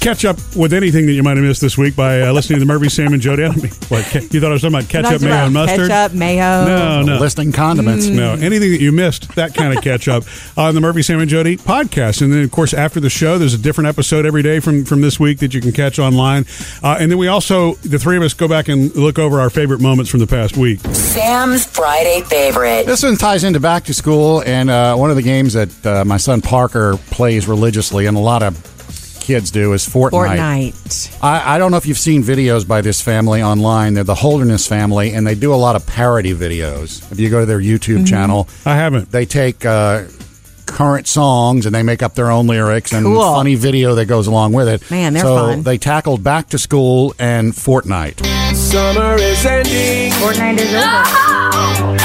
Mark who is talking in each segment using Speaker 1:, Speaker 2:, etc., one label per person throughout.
Speaker 1: catch up with anything that you might have missed this week by uh, listening to the Murphy, Sam, and Joe Down. What, ca- you thought I was talking about ketchup, mayo, and mustard?
Speaker 2: Ketchup, mayo.
Speaker 1: No, no.
Speaker 3: Listing condiments.
Speaker 2: Mm.
Speaker 1: No, anything that you missed, that kind of catch up on the Murphy Sam and Jody podcast, and then of course after the show, there's a different episode every day from from this week that you can catch online, uh, and then we also the three of us go back and look over our favorite moments from the past week.
Speaker 4: Sam's Friday favorite.
Speaker 3: This one ties into back to school and uh, one of the games that uh, my son Parker plays religiously, and a lot of kids do, is Fortnite.
Speaker 2: Fortnite.
Speaker 3: I, I don't know if you've seen videos by this family online. They're the Holderness family, and they do a lot of parody videos. If you go to their
Speaker 2: Mm-hmm.
Speaker 3: YouTube channel,
Speaker 1: I haven't.
Speaker 3: they take uh, current songs and they make up their own lyrics and
Speaker 2: Cool.
Speaker 3: funny video that goes along with it.
Speaker 2: Man, they're
Speaker 3: so
Speaker 2: fun.
Speaker 3: they tackled back to school and Fortnite.
Speaker 5: Summer is ending,
Speaker 6: Fortnite is over.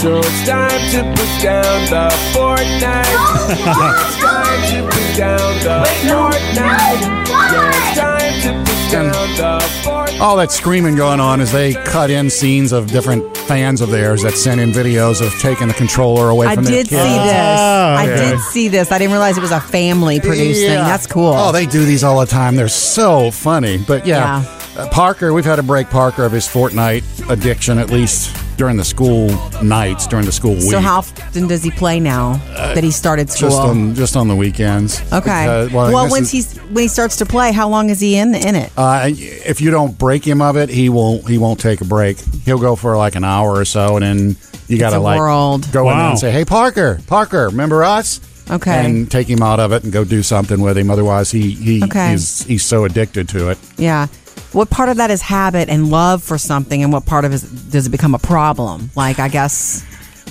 Speaker 5: so it's time to put down the Fortnite. it's time to put down the Fortnite. Yeah, it's time to put down the Fortnite.
Speaker 3: All that screaming going on as they cut in scenes of different fans of theirs that sent in videos of taking the controller away
Speaker 2: I
Speaker 3: from their
Speaker 2: did see
Speaker 3: kids.
Speaker 2: this. I
Speaker 1: Ah, okay.
Speaker 2: did see this. I didn't realize it was a family produced thing.
Speaker 3: Yeah.
Speaker 2: That's cool.
Speaker 3: Oh, they do these all the time. They're so funny. But yeah, Uh, Parker, we've had to break Parker of his Fortnite addiction at least during the school nights, during the school week.
Speaker 2: so how often does he play now that he started school?
Speaker 3: just on just on the weekends. Uh,
Speaker 2: okay.
Speaker 3: Because-
Speaker 2: well,
Speaker 3: this
Speaker 2: once
Speaker 3: is-
Speaker 2: he's when he starts to play, how long is he in in it?
Speaker 3: Uh, if you don't break him of it, he won't. He won't take a break. He'll go for like an hour or so, and then you got to
Speaker 2: a
Speaker 3: like
Speaker 2: world.
Speaker 3: go in there
Speaker 1: Wow.
Speaker 3: and say, "Hey, Parker, Parker, remember us?"
Speaker 2: Okay.
Speaker 3: and take him out of it and go do something with him. Otherwise, he he
Speaker 2: Okay.
Speaker 3: he's he's so addicted to it.
Speaker 2: Yeah. What part of that is habit and love for something, and what part of it is- does it become a problem? Like, I guess.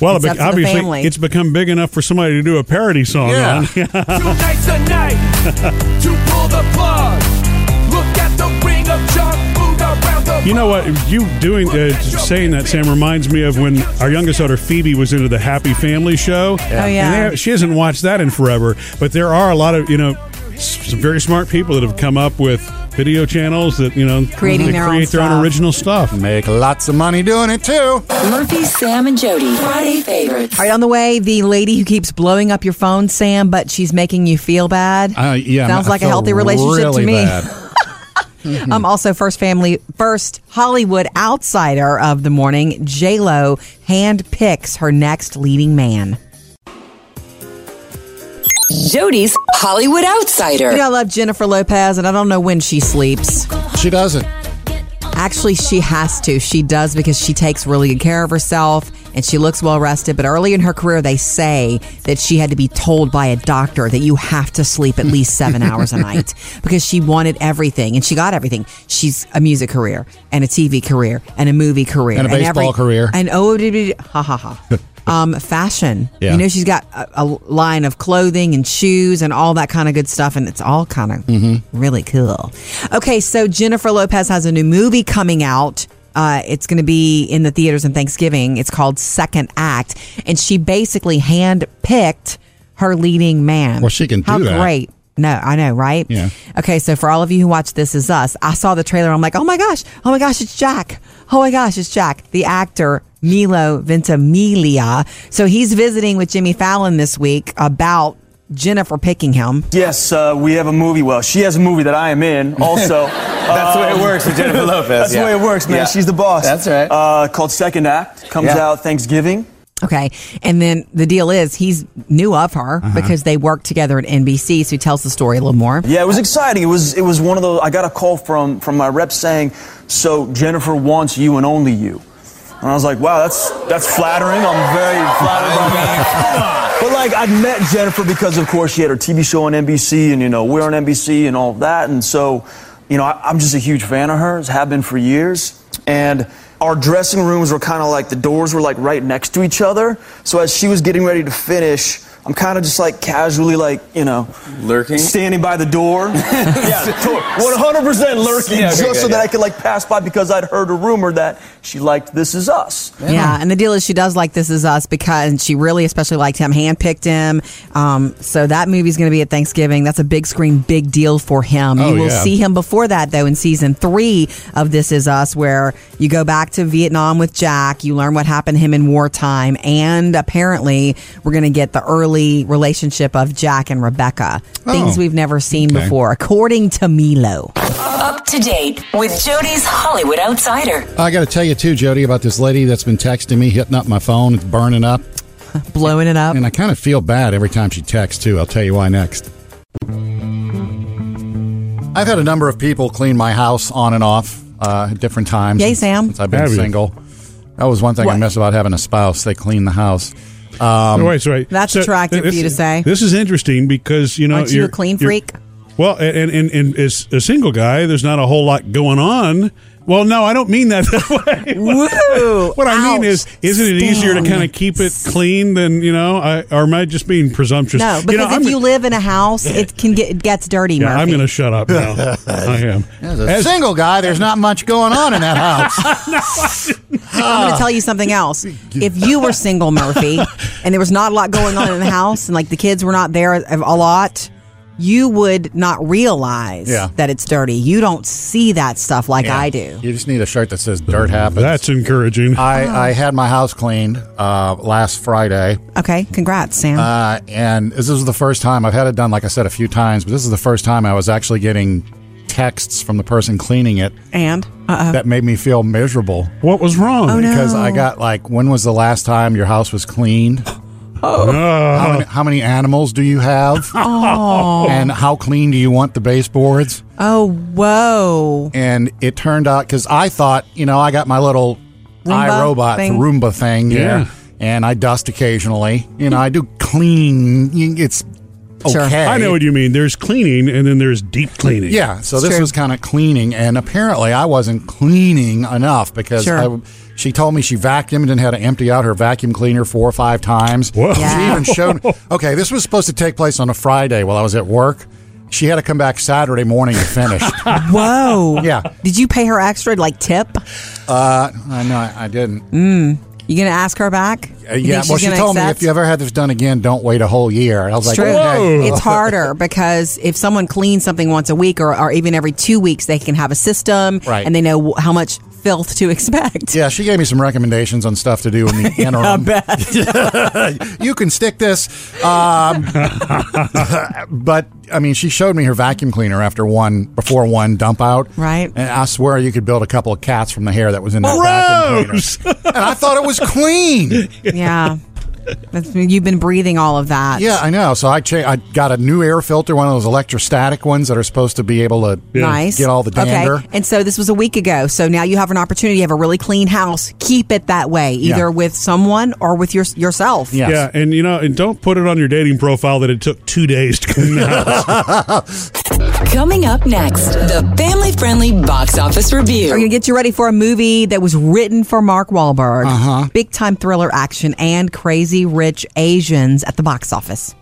Speaker 1: Well,
Speaker 2: It's
Speaker 1: it
Speaker 2: up to
Speaker 1: be-
Speaker 2: the
Speaker 1: obviously
Speaker 2: family.
Speaker 1: it's become big enough for somebody to do a parody song
Speaker 3: Yeah.
Speaker 1: on.
Speaker 5: Tonight's the night to pull the plug. Look at the ring of junk food around the
Speaker 1: You know what? You doing uh, saying that, Sam, reminds me of when our youngest daughter Phoebe was into the Happy Family show.
Speaker 2: Oh, yeah.
Speaker 1: And they- she hasn't watched that in forever. But there are a lot of you know s- some very smart people that have come up with video channels that you know
Speaker 2: Creating
Speaker 1: they
Speaker 2: their own
Speaker 1: create their own
Speaker 2: stuff.
Speaker 1: original stuff.
Speaker 3: Make lots of money doing it too.
Speaker 4: Murphy, Sam, and Jody. Friday favorites.
Speaker 2: All right, on the way, the lady who keeps blowing up your phone, Sam, but she's making you feel bad.
Speaker 3: Uh, yeah,
Speaker 2: Sounds
Speaker 3: I
Speaker 2: like a
Speaker 3: feel
Speaker 2: healthy relationship
Speaker 3: really
Speaker 2: to me.
Speaker 3: bad. Mm.
Speaker 2: Um, also, first family, first Hollywood outsider of the morning, J Lo hand picks her next leading man.
Speaker 4: Jody's Hollywood Outsider.
Speaker 2: You know, I love Jennifer Lopez, and I don't know when she sleeps.
Speaker 3: She doesn't.
Speaker 2: Actually, she has to. She does because she takes really good care of herself and she looks well rested. But early in her career, they say that she had to be told by a doctor that you have to sleep at least seven hours a night because she wanted everything and she got everything. She's a music career and a TV career and a movie career
Speaker 3: And a baseball career.
Speaker 2: And oh, did it- ha ha ha. Um, fashion.
Speaker 3: Yeah.
Speaker 2: You know, she's got a, a line of clothing and shoes and all that kind of good stuff, and it's all kind of
Speaker 3: Mm-hmm.
Speaker 2: really cool. Okay, so Jennifer Lopez has a new movie coming out. Uh, it's going to be in the theaters on Thanksgiving. It's called Second Act, and she basically hand picked her leading man.
Speaker 3: Well, she can do
Speaker 2: How
Speaker 3: that.
Speaker 2: Great. No, I know, right?
Speaker 3: Yeah.
Speaker 2: Okay, so for all of you who watch This Is Us, I saw the trailer. I'm like, oh my gosh, oh my gosh, it's Jack. Oh my gosh, it's Jack, the actor Milo Ventimiglia. So he's visiting with Jimmy Fallon this week about Jennifer picking him.
Speaker 7: Yes, uh, we have a movie. Well, she has a movie that I am in also. Um,
Speaker 8: That's the way it works with Jennifer Lopez.
Speaker 7: That's
Speaker 8: yeah.
Speaker 7: the way it works, man.
Speaker 8: Yeah.
Speaker 7: She's the boss.
Speaker 8: That's right.
Speaker 7: Uh, called Second Act. Comes
Speaker 8: Yeah.
Speaker 7: out Thanksgiving.
Speaker 2: Okay. And then the deal is he's knew of her because they worked together at NBC. So he tells the story a little more.
Speaker 7: Yeah, it was exciting. It was it was one of those. I got a call from from my rep saying, "So Jennifer wants you and only you." And I was like, "Wow, that's that's flattering. I'm very flattered by that." But like, I'd met Jennifer because, of course, she had her TV show on NBC, and you know, we're on NBC and all of that, and so, you know, I, I'm just a huge fan of hers. Have been for years, and. Our dressing rooms were kind of like the doors were like right next to each other. So as she was getting ready to finish, I'm kind of just like casually like, you know,
Speaker 8: Lurking?
Speaker 7: standing by the door. yeah, to- 100% lurking,
Speaker 8: Yeah, okay,
Speaker 7: just
Speaker 8: good,
Speaker 7: so that
Speaker 8: yeah.
Speaker 7: I could like pass by because I'd heard a rumor that she liked This Is Us.
Speaker 2: Yeah, and the deal is she does like This Is Us because and she really especially liked him, handpicked him. Um, so that movie's going to be at Thanksgiving. That's a big screen, big deal for him.
Speaker 3: Oh,
Speaker 2: you will
Speaker 3: yeah.
Speaker 2: see him before that though in season three of This Is Us, where you go back to Vietnam with Jack. You learn what happened to him in wartime, and apparently we're going to get the early family relationship of Jack and Rebecca. Things
Speaker 3: Oh.
Speaker 2: we've never seen
Speaker 3: Okay.
Speaker 2: before, according to Milo.
Speaker 4: Up to date with Jody's Hollywood Outsider.
Speaker 3: I got to tell you too, Jody, about this lady that's been texting me, hitting up my phone, it's burning up,
Speaker 2: Blowing it up.
Speaker 3: and I kind of feel bad every time she texts too. I'll tell you why next. I've had a number of people clean my house on and off uh, at different times.
Speaker 2: Yay,
Speaker 3: since-
Speaker 2: Sam.
Speaker 3: Since I've been
Speaker 1: Have you?
Speaker 3: single, that was one thing I
Speaker 2: What?
Speaker 3: miss about having a spouse. They clean the house.
Speaker 1: Oh, wait, sorry.
Speaker 2: That's attractive
Speaker 1: this-
Speaker 2: for you to say.
Speaker 1: This is interesting because you know
Speaker 2: Aren't you
Speaker 1: you're-
Speaker 2: a clean
Speaker 1: you're-
Speaker 2: freak?
Speaker 1: Well, and, and and as a single guy, there's not a whole lot going on. Well, no, I don't mean that that way.
Speaker 2: Woo!
Speaker 1: what I mean
Speaker 2: Ouch.
Speaker 1: is, isn't it easier to
Speaker 2: Sting.
Speaker 1: kind of keep it clean than you know? I, or am I just being presumptuous?
Speaker 2: No, because
Speaker 1: you know,
Speaker 2: if
Speaker 1: I'm-
Speaker 2: you live in a house, it can get it gets dirty.
Speaker 1: yeah, I'm
Speaker 2: Murphy.
Speaker 1: going to shut up now. I am.
Speaker 3: As a single guy, there's not much going on in that house.
Speaker 2: I'm going to tell you something else. If you were single, Murphy, and there was not a lot going on in the house, and like the kids were not there a a lot, you would not realize
Speaker 3: Yeah.
Speaker 2: that it's dirty. You don't see that stuff like I do.
Speaker 3: you just need a shirt that says "Dirt Happens."
Speaker 1: That's encouraging.
Speaker 2: Ah.
Speaker 3: I, I had my house cleaned uh, last Friday.
Speaker 2: Okay, congrats, Sam.
Speaker 3: Uh, and this is the first time I've had it done, like I said, a few times, but this is the first time I was actually getting texts from the person cleaning it
Speaker 2: and uh
Speaker 3: that made me feel miserable
Speaker 1: what was wrong?
Speaker 2: Oh, no.
Speaker 3: because I got like, when was the last time your house was cleaned?
Speaker 1: Uh,
Speaker 3: How, many, how many animals do you have? And how clean do you want the baseboards?
Speaker 2: oh, whoa,
Speaker 3: And it turned out because I thought, you know, I got my little
Speaker 2: Roomba
Speaker 3: iRobot
Speaker 2: thing?
Speaker 3: Roomba thing,
Speaker 1: Yeah.
Speaker 3: there, and I dust occasionally. You know, I do clean. It's okay.
Speaker 2: Sure.
Speaker 1: I know what you mean. There's cleaning and then there's deep cleaning.
Speaker 3: Yeah, so
Speaker 2: It's
Speaker 3: this
Speaker 2: true.
Speaker 3: was kind of cleaning, and apparently I wasn't cleaning enough because
Speaker 2: Sure.
Speaker 3: I, she told me she vacuumed and had to empty out her vacuum cleaner four or five times.
Speaker 1: Whoa.
Speaker 3: She
Speaker 2: Yeah.
Speaker 3: even showed. Okay, this was supposed to take place on a Friday while I was at work. She had to come back Saturday morning and finish.
Speaker 2: whoa.
Speaker 3: Yeah. Uh,
Speaker 2: Did you pay her extra like tip?
Speaker 3: I know I, I didn't.
Speaker 2: Mm, You gonna ask her back?
Speaker 3: Uh, yeah, well, she told me if you ever had this done again, don't wait a whole year. And I was like,
Speaker 2: It's true.
Speaker 3: okay.
Speaker 2: It's harder because if someone cleans something once a week or, or even every two weeks, they can have a system
Speaker 3: Right.
Speaker 2: and they know wh- how much filth to expect.
Speaker 3: Yeah, she gave me some recommendations on stuff to do in the interim.
Speaker 2: I bet.
Speaker 3: you can stick this. Um, but I mean, she showed me her vacuum cleaner after one before one dump out.
Speaker 2: Right.
Speaker 3: And I swear you could build a couple of cats from the hair that was in
Speaker 1: Oh,
Speaker 3: that
Speaker 1: Gross!
Speaker 3: vacuum cleaner. And I thought it was clean.
Speaker 2: yeah. That's, you've been breathing all of that.
Speaker 3: Yeah, I know. So I cha- I got a new air filter, one of those electrostatic ones that are supposed to be able to
Speaker 2: Nice.
Speaker 3: get all the dander.
Speaker 2: Okay. And so this was a week ago. So now you have an opportunity. You have a really clean house. Keep it that way, either
Speaker 3: Yeah.
Speaker 2: with someone or with your, yourself.
Speaker 3: Yeah.
Speaker 1: Yeah, and you know, and don't put it on your dating profile that it took two days to clean the house.
Speaker 4: Coming up next, the family friendly box office
Speaker 2: We're going
Speaker 4: review.
Speaker 2: to get you ready for a movie that was written for Mark Wahlberg. Uh-huh. Big time thriller action and crazy rich Asians at the box office.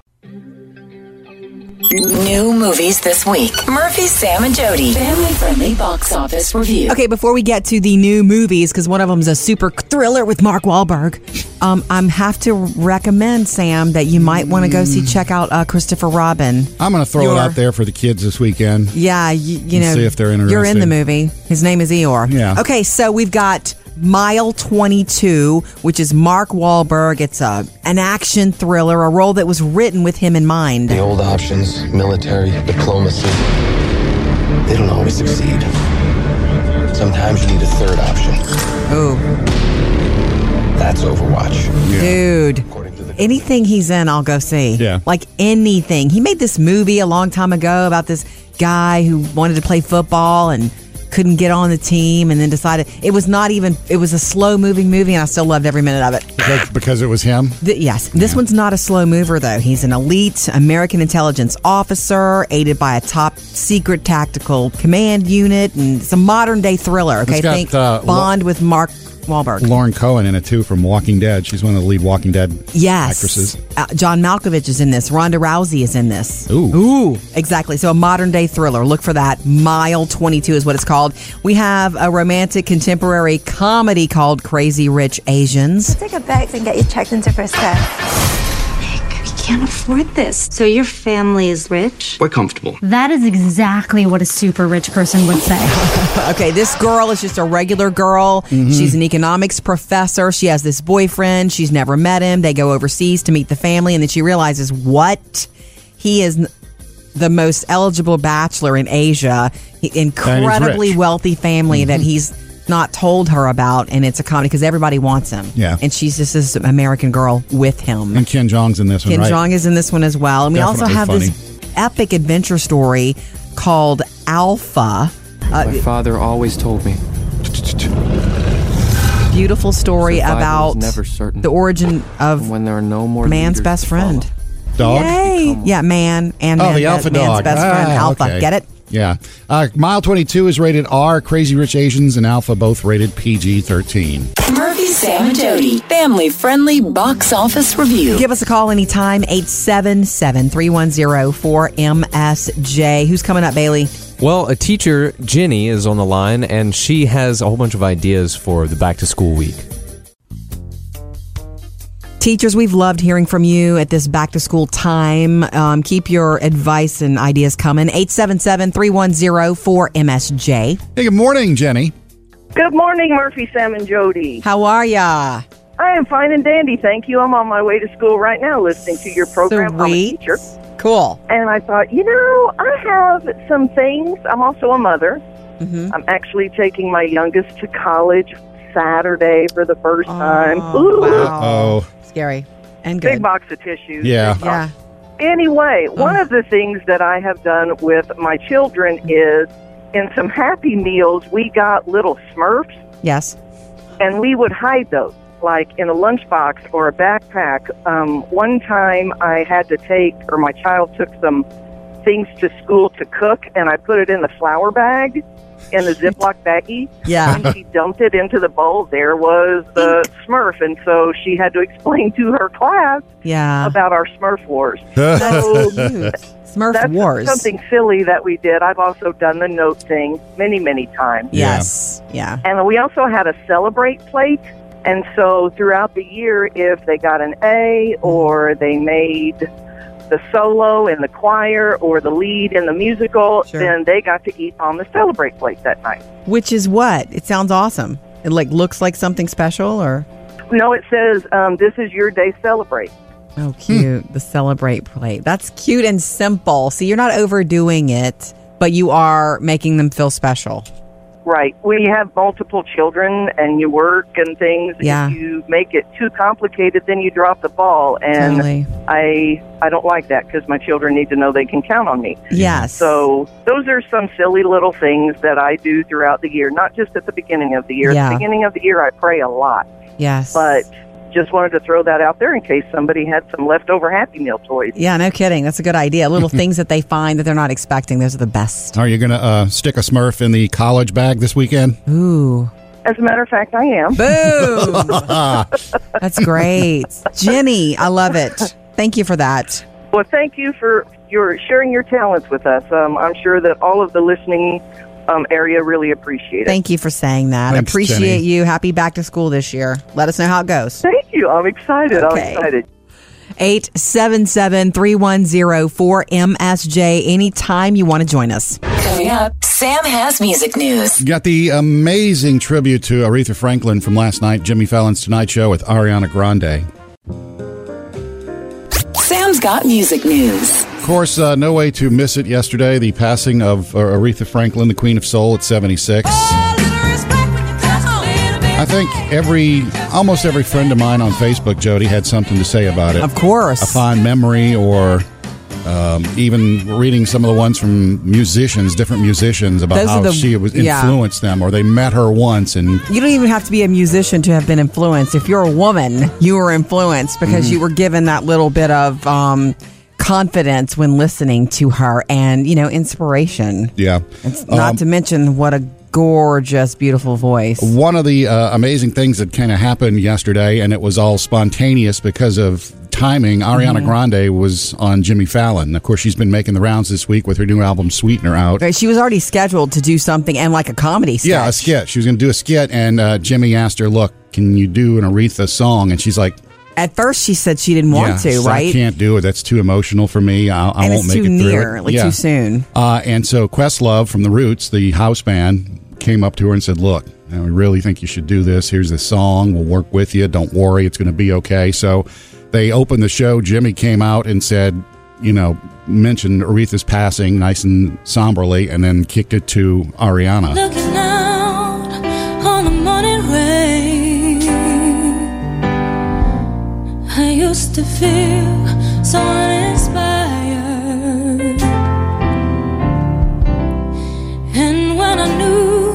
Speaker 4: New movies this week. Murphy, Sam, and Jody. Family friendly box office review.
Speaker 2: Okay, before we get to the new movies, because one of them's a super thriller with Mark Wahlberg, um, I am have to recommend, Sam, that you might want to go
Speaker 3: Mm.
Speaker 2: see, check out uh, Christopher Robin.
Speaker 3: I'm going to throw
Speaker 2: Your-
Speaker 3: it out there for the kids this weekend.
Speaker 2: Yeah, you, you know,
Speaker 3: Let's see if they're
Speaker 2: You're in
Speaker 3: interested.
Speaker 2: the movie. His name is Eeyore.
Speaker 3: Yeah.
Speaker 2: Okay, so we've got Mile 22, which is Mark Wahlberg. It's a an action thriller, a role that was written with him in mind.
Speaker 6: The old options, military, diplomacy, they don't always succeed. Sometimes you need a third option.
Speaker 2: Oh,
Speaker 6: That's Overwatch.
Speaker 2: dude.
Speaker 6: According to the
Speaker 2: Anything he's in, I'll go see.
Speaker 3: Yeah.
Speaker 2: Like anything. He made this movie a long time ago about this guy who wanted to play football and couldn't get on the team and then decided it was not even it was a slow moving movie and I still loved every minute of it.
Speaker 3: Because, because it was him.
Speaker 2: Th- yes, this one's not a slow mover, though. He's an elite American intelligence officer aided by a top secret tactical command unit, and it's a modern day thriller. Okay,
Speaker 3: It's got,
Speaker 2: think
Speaker 3: uh, Wa-
Speaker 2: Bond with Mark Wahlberg.
Speaker 3: Lauren Cohen in it too from Walking Dead. She's one of the lead Walking Dead
Speaker 2: Yes,
Speaker 3: actresses.
Speaker 2: Uh, John Malkovich is in this. Ronda Rousey is in this.
Speaker 3: Ooh.
Speaker 2: Ooh, exactly. So a modern day thriller. Look for that. Mile 22 is what it's called. We have a romantic contemporary comedy called Crazy Rich Asians.
Speaker 9: Take a bags and get you checked into first class. We can't afford this. So your family is rich?
Speaker 6: We're comfortable.
Speaker 10: That is exactly what a super rich person would say.
Speaker 2: okay, this girl is just a regular girl.
Speaker 3: Mm-hmm.
Speaker 2: She's an economics professor. She has this boyfriend. She's never met him. They go overseas to meet the family, and then she realizes what he is n- the most eligible bachelor in Asia. He- Incredibly
Speaker 3: rich.
Speaker 2: wealthy family that he's not told her about, and it's a comedy because everybody wants him.
Speaker 3: Yeah.
Speaker 2: and she's just this American girl with him.
Speaker 3: And Ken Jong's in this
Speaker 2: Kim
Speaker 3: one, right?
Speaker 2: Jong is in this one as well. And we also
Speaker 3: Definitely
Speaker 2: have this epic adventure story called Alpha.
Speaker 11: My
Speaker 2: A
Speaker 11: father always told me
Speaker 2: beautiful story
Speaker 11: Survival is
Speaker 2: about
Speaker 11: never certain.
Speaker 2: the origin of
Speaker 11: when there are no more
Speaker 2: man's
Speaker 11: leaders
Speaker 2: best
Speaker 11: to
Speaker 2: friend.
Speaker 3: Dog?
Speaker 2: Yay! Yeah, man and
Speaker 3: Oh,
Speaker 2: man,
Speaker 3: the alpha
Speaker 2: man's
Speaker 3: dog.
Speaker 2: best friend,
Speaker 3: Ah,
Speaker 2: Alpha.
Speaker 3: okay.
Speaker 2: Get it?
Speaker 3: Yeah. Uh, Mile 22 is rated R. Crazy Rich Asians and Alpha both rated PG 13.
Speaker 4: Murphy, Sam, and Jody. Family friendly box office review.
Speaker 2: Give us a call anytime, 877 310 4MSJ. Who's coming up, Bailey?
Speaker 12: Well, a teacher, Jenny, is on the line, and she has a whole bunch of ideas for the back to school week.
Speaker 2: Teachers, we've loved hearing from you at this back to school time. Um, keep your advice and ideas coming. 877 310 4MSJ.
Speaker 3: Hey, good morning, Jenny.
Speaker 13: Good morning, Murphy, Sam, and Jody.
Speaker 2: How are ya?
Speaker 13: I am fine and dandy, thank you. I'm on my way to school right now listening to your program. I'm a
Speaker 2: Sweet.
Speaker 13: teacher.
Speaker 2: Cool.
Speaker 13: And I thought, you know, I have some things. I'm also a mother.
Speaker 2: Mm-hmm.
Speaker 13: I'm actually taking my youngest to college Saturday for the first time. Ooh,
Speaker 3: Oh,
Speaker 2: Scary. And
Speaker 13: big
Speaker 2: good.
Speaker 13: box of tissues.
Speaker 3: yeah.
Speaker 2: Yeah.
Speaker 13: Anyway,
Speaker 10: Oh.
Speaker 13: one of the things that I have done with my children is in some happy meals, we got little Smurfs.
Speaker 2: Yes.
Speaker 13: and we would hide those, like in a lunchbox or a backpack. Um, one time I had to take, or my child took some things to school to cook, and I put it in the flour bag, in the Ziploc baggie.
Speaker 2: Yeah.
Speaker 13: When she dumped it into the bowl, there was the Smurf, and so she had to explain to her class
Speaker 2: Yeah.
Speaker 13: about our Smurf wars. Oh, So
Speaker 2: Uh. Smurf
Speaker 13: that's
Speaker 2: Wars.
Speaker 13: something silly that we did. I've also done the note thing many, many times.
Speaker 2: Yes. Yeah.
Speaker 13: And we also had a celebrate plate. And so throughout the year, if they got an A or they made the solo in the choir or the lead in the musical,
Speaker 2: Sure.
Speaker 13: then they got to eat on the celebrate plate that night.
Speaker 2: Which is what? It sounds awesome. It like looks like something special or
Speaker 13: No, it says, um, this is your day celebrate.
Speaker 2: Oh, cute. The celebrate plate. That's cute and simple. See, you're not overdoing it, but you are making them feel special.
Speaker 13: Right. When you have multiple children and you work and things,
Speaker 2: Yeah.
Speaker 13: if you make it too complicated, then you drop the ball. And
Speaker 2: Totally.
Speaker 13: I, I don't like that because my children need to know they can count on me.
Speaker 2: Yes.
Speaker 13: So those are some silly little things that I do throughout the year, not just at the beginning of the year. At
Speaker 2: Yeah.
Speaker 13: the beginning of the year, I pray a lot,
Speaker 2: yes.
Speaker 13: but just wanted to throw that out there in case somebody had some leftover Happy Meal toys.
Speaker 2: yeah, no kidding. That's a good idea. Little things that they find that they're not expecting. Those are the best.
Speaker 3: Are you going to uh, stick a Smurf in the college bag this weekend?
Speaker 2: Mm-hmm. Ooh.
Speaker 13: As a matter of fact, I am.
Speaker 2: Boom. That's great. Jenny, I love it. Thank you for that.
Speaker 13: Well, thank you for your sharing your talents with us. Um, I'm sure that all of the listening um, area really appreciate it.
Speaker 2: Thank you for saying that.
Speaker 3: Thanks,
Speaker 2: Appreciate
Speaker 3: Jenny.
Speaker 2: you. Happy back to school this year. Let us know how it goes.
Speaker 13: Thank you. I'm excited.
Speaker 2: Okay.
Speaker 13: I'm excited.
Speaker 2: 877 310 4MSJ. Anytime you want to join us.
Speaker 4: Coming up, Sam has music news.
Speaker 3: Got the amazing tribute to Aretha Franklin from last night, Jimmy Fallon's Tonight Show with Ariana Grande.
Speaker 4: Sam's got music news.
Speaker 3: Of course, uh, no way to miss it yesterday the passing of uh, Aretha Franklin, the Queen of Soul, at 76. I think every, almost every friend of mine on Facebook, Jody, had something to say about it.
Speaker 2: Of course.
Speaker 3: a fond memory or um, even reading some of the ones from musicians, different musicians, about
Speaker 2: Those are
Speaker 3: how
Speaker 2: the-
Speaker 3: she was
Speaker 2: yeah.
Speaker 3: influenced them or they met her once and
Speaker 2: You don't even have to be a musician to have been influenced. If you're a woman, you were influenced
Speaker 3: Mm-hmm.
Speaker 2: because you were given that little bit of um, confidence when listening to her and, you know, inspiration.
Speaker 3: yeah.
Speaker 2: It's not
Speaker 3: Um,
Speaker 2: to mention what a gorgeous, beautiful voice.
Speaker 3: One of the uh, amazing things that kind of happened yesterday, and it was all spontaneous because of timing. Ariana
Speaker 2: Mm-hmm.
Speaker 3: Grande was on Jimmy Fallon. Of course, she's been making the rounds this week with her new album Sweetener out.
Speaker 2: Right, She was already scheduled to do something and like a comedy sketch.
Speaker 3: Yeah, a skit. She was going to do a skit, and uh, Jimmy asked her, "Look, can you do an Aretha song?" And she's like,
Speaker 2: At first, she said she didn't want to,
Speaker 3: Yeah, so I
Speaker 2: right?
Speaker 3: can't do it. That's too emotional for me. I, I
Speaker 2: And
Speaker 3: won't
Speaker 2: it's
Speaker 3: make
Speaker 2: too
Speaker 3: it through
Speaker 2: near,
Speaker 3: it.
Speaker 2: like, too soon.
Speaker 3: Uh, and so Questlove from the Roots, the house band, came up to her and said, "Look, I really think you should do this. Here's the song. We'll work with you. Don't worry, it's going to be okay." So they opened the show. Jimmy came out and said, "You know, mentioned Aretha's passing, nice and somberly, and then kicked it to Ariana."
Speaker 14: Looking out on the morning rain. I used to feel so uninspired. And when I knew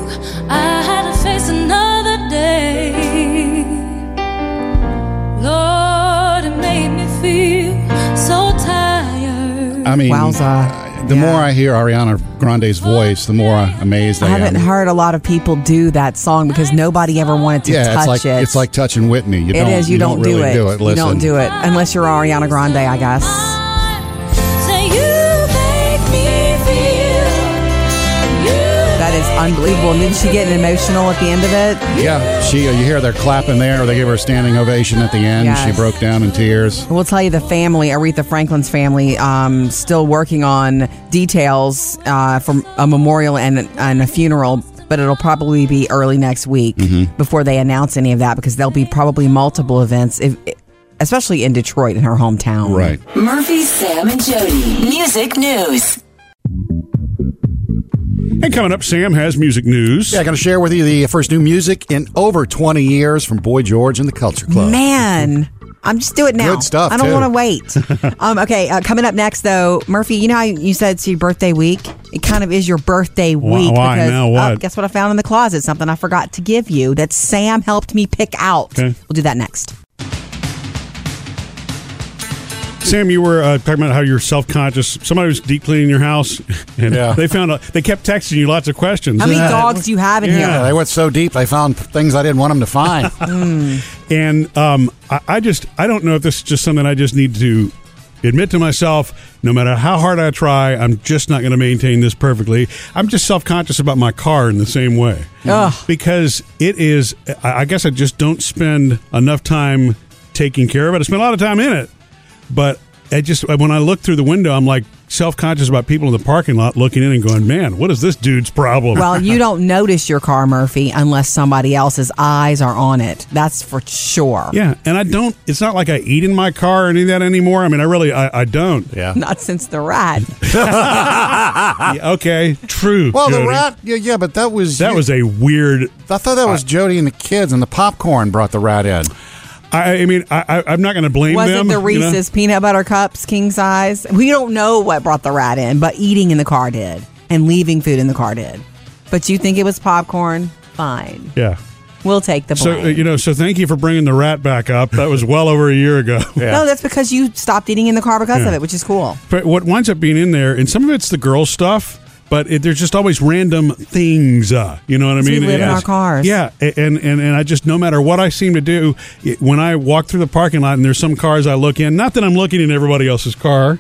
Speaker 14: I had to face another day, Lord, it made me feel so tired.
Speaker 3: I mean, uh, the more I hear Ariana Grande's voice, the more I'm amazed I,
Speaker 2: I haven't
Speaker 3: am.
Speaker 2: heard a lot of people do that song because nobody ever wanted to
Speaker 3: yeah,
Speaker 2: touch
Speaker 3: it's like
Speaker 2: it.
Speaker 3: it's like touching Whitney. You
Speaker 2: It
Speaker 3: don't,
Speaker 2: is, You, don't, do
Speaker 3: really
Speaker 2: it.
Speaker 3: do it.
Speaker 2: You
Speaker 3: Listen.
Speaker 2: don't do it unless you're Ariana Grande, I guess.
Speaker 14: Say you make me feel.
Speaker 2: That is unbelievable. And didn't she get emotional at the end of it?
Speaker 3: Yeah, she. You hear they're clapping there. They gave her a standing ovation at the end. She
Speaker 2: Yes.
Speaker 3: broke down in tears.
Speaker 2: We'll tell you the family, Aretha Franklin's family, um, still working on details uh, for a memorial and, and a funeral, but it'll probably be early next week before they announce any of that because there'll be probably multiple events, if, especially in Detroit, in her hometown.
Speaker 3: Right.
Speaker 4: Murphy, Sam, and Jody. Music news.
Speaker 1: And coming up, Sam has music news.
Speaker 3: Yeah, going to share with you the first new music in over 20 years from Boy George and the Culture Club.
Speaker 2: Man, I'm just do it now.
Speaker 3: Good stuff,
Speaker 2: I don't
Speaker 3: too.
Speaker 2: want to wait. um, okay, uh, coming up next though, Murphy. You know how you said it's your birthday week. It kind of is your birthday
Speaker 1: Why-
Speaker 2: week.
Speaker 1: why?
Speaker 2: because,
Speaker 1: Now what?
Speaker 2: oh, guess what I found in the closet? Something I forgot to give you that Sam helped me pick out.
Speaker 1: Okay.
Speaker 2: We'll do that next.
Speaker 1: Sam, you were uh, talking about how you're self conscious. Somebody was deep cleaning your house, and
Speaker 3: Yeah.
Speaker 1: they found out they kept texting you lots of questions.
Speaker 2: How many dogs do you have in
Speaker 1: Yeah.
Speaker 2: here?
Speaker 3: They went so deep, they found things I didn't want them to find.
Speaker 1: And um, I, I just I don't know if this is just something I just need to admit to myself. No matter how hard I try, I'm just not going to maintain this perfectly. I'm just self conscious about my car in the same way
Speaker 2: Ugh.
Speaker 1: because it is. I I guess I just don't spend enough time taking care of it. I spend a lot of time in it, but I just when I look through the window, I'm like self conscious about people in the parking lot looking in and going, "Man, what is this dude's problem?"
Speaker 2: Well, you don't notice your car, Murphy, unless somebody else's eyes are on it. That's for sure.
Speaker 1: Yeah, and I don't. It's not like I eat in my car or any of that anymore. I mean, I really, I, I don't.
Speaker 3: Yeah.
Speaker 2: Not since the rat.
Speaker 1: okay. True.
Speaker 3: well, the
Speaker 1: Jody.
Speaker 3: rat, yeah, yeah, but that was
Speaker 1: That
Speaker 3: you-
Speaker 1: was a weird.
Speaker 3: I thought that was Jody and the kids, and the popcorn brought the rat in.
Speaker 1: I, I mean, I, I, I'm not going to blame
Speaker 2: Was
Speaker 1: them.
Speaker 2: it the
Speaker 1: you know?
Speaker 2: Reese's peanut butter cups, king size? We don't know what brought the rat in, but eating in the car did, and leaving food in the car did. But you think it was popcorn? Fine,
Speaker 1: Yeah.
Speaker 2: we'll take the
Speaker 1: So uh,
Speaker 2: blame.
Speaker 1: you know, so thank you for bringing the rat back up. That was well over a year ago.
Speaker 2: No, that's because you stopped eating in the car because of
Speaker 1: Yeah.
Speaker 2: it, which is cool.
Speaker 1: But what winds up being in there, and some of it's the girl stuff, but it, there's just always random things. Uh, you know what I
Speaker 2: So we
Speaker 1: mean?
Speaker 2: live in
Speaker 1: Yes.
Speaker 2: our cars.
Speaker 1: Yeah, a- and, and and I just no matter what I seem to do, it, when I walk through the parking lot and there's some cars I look in, not that I'm looking in everybody else's car.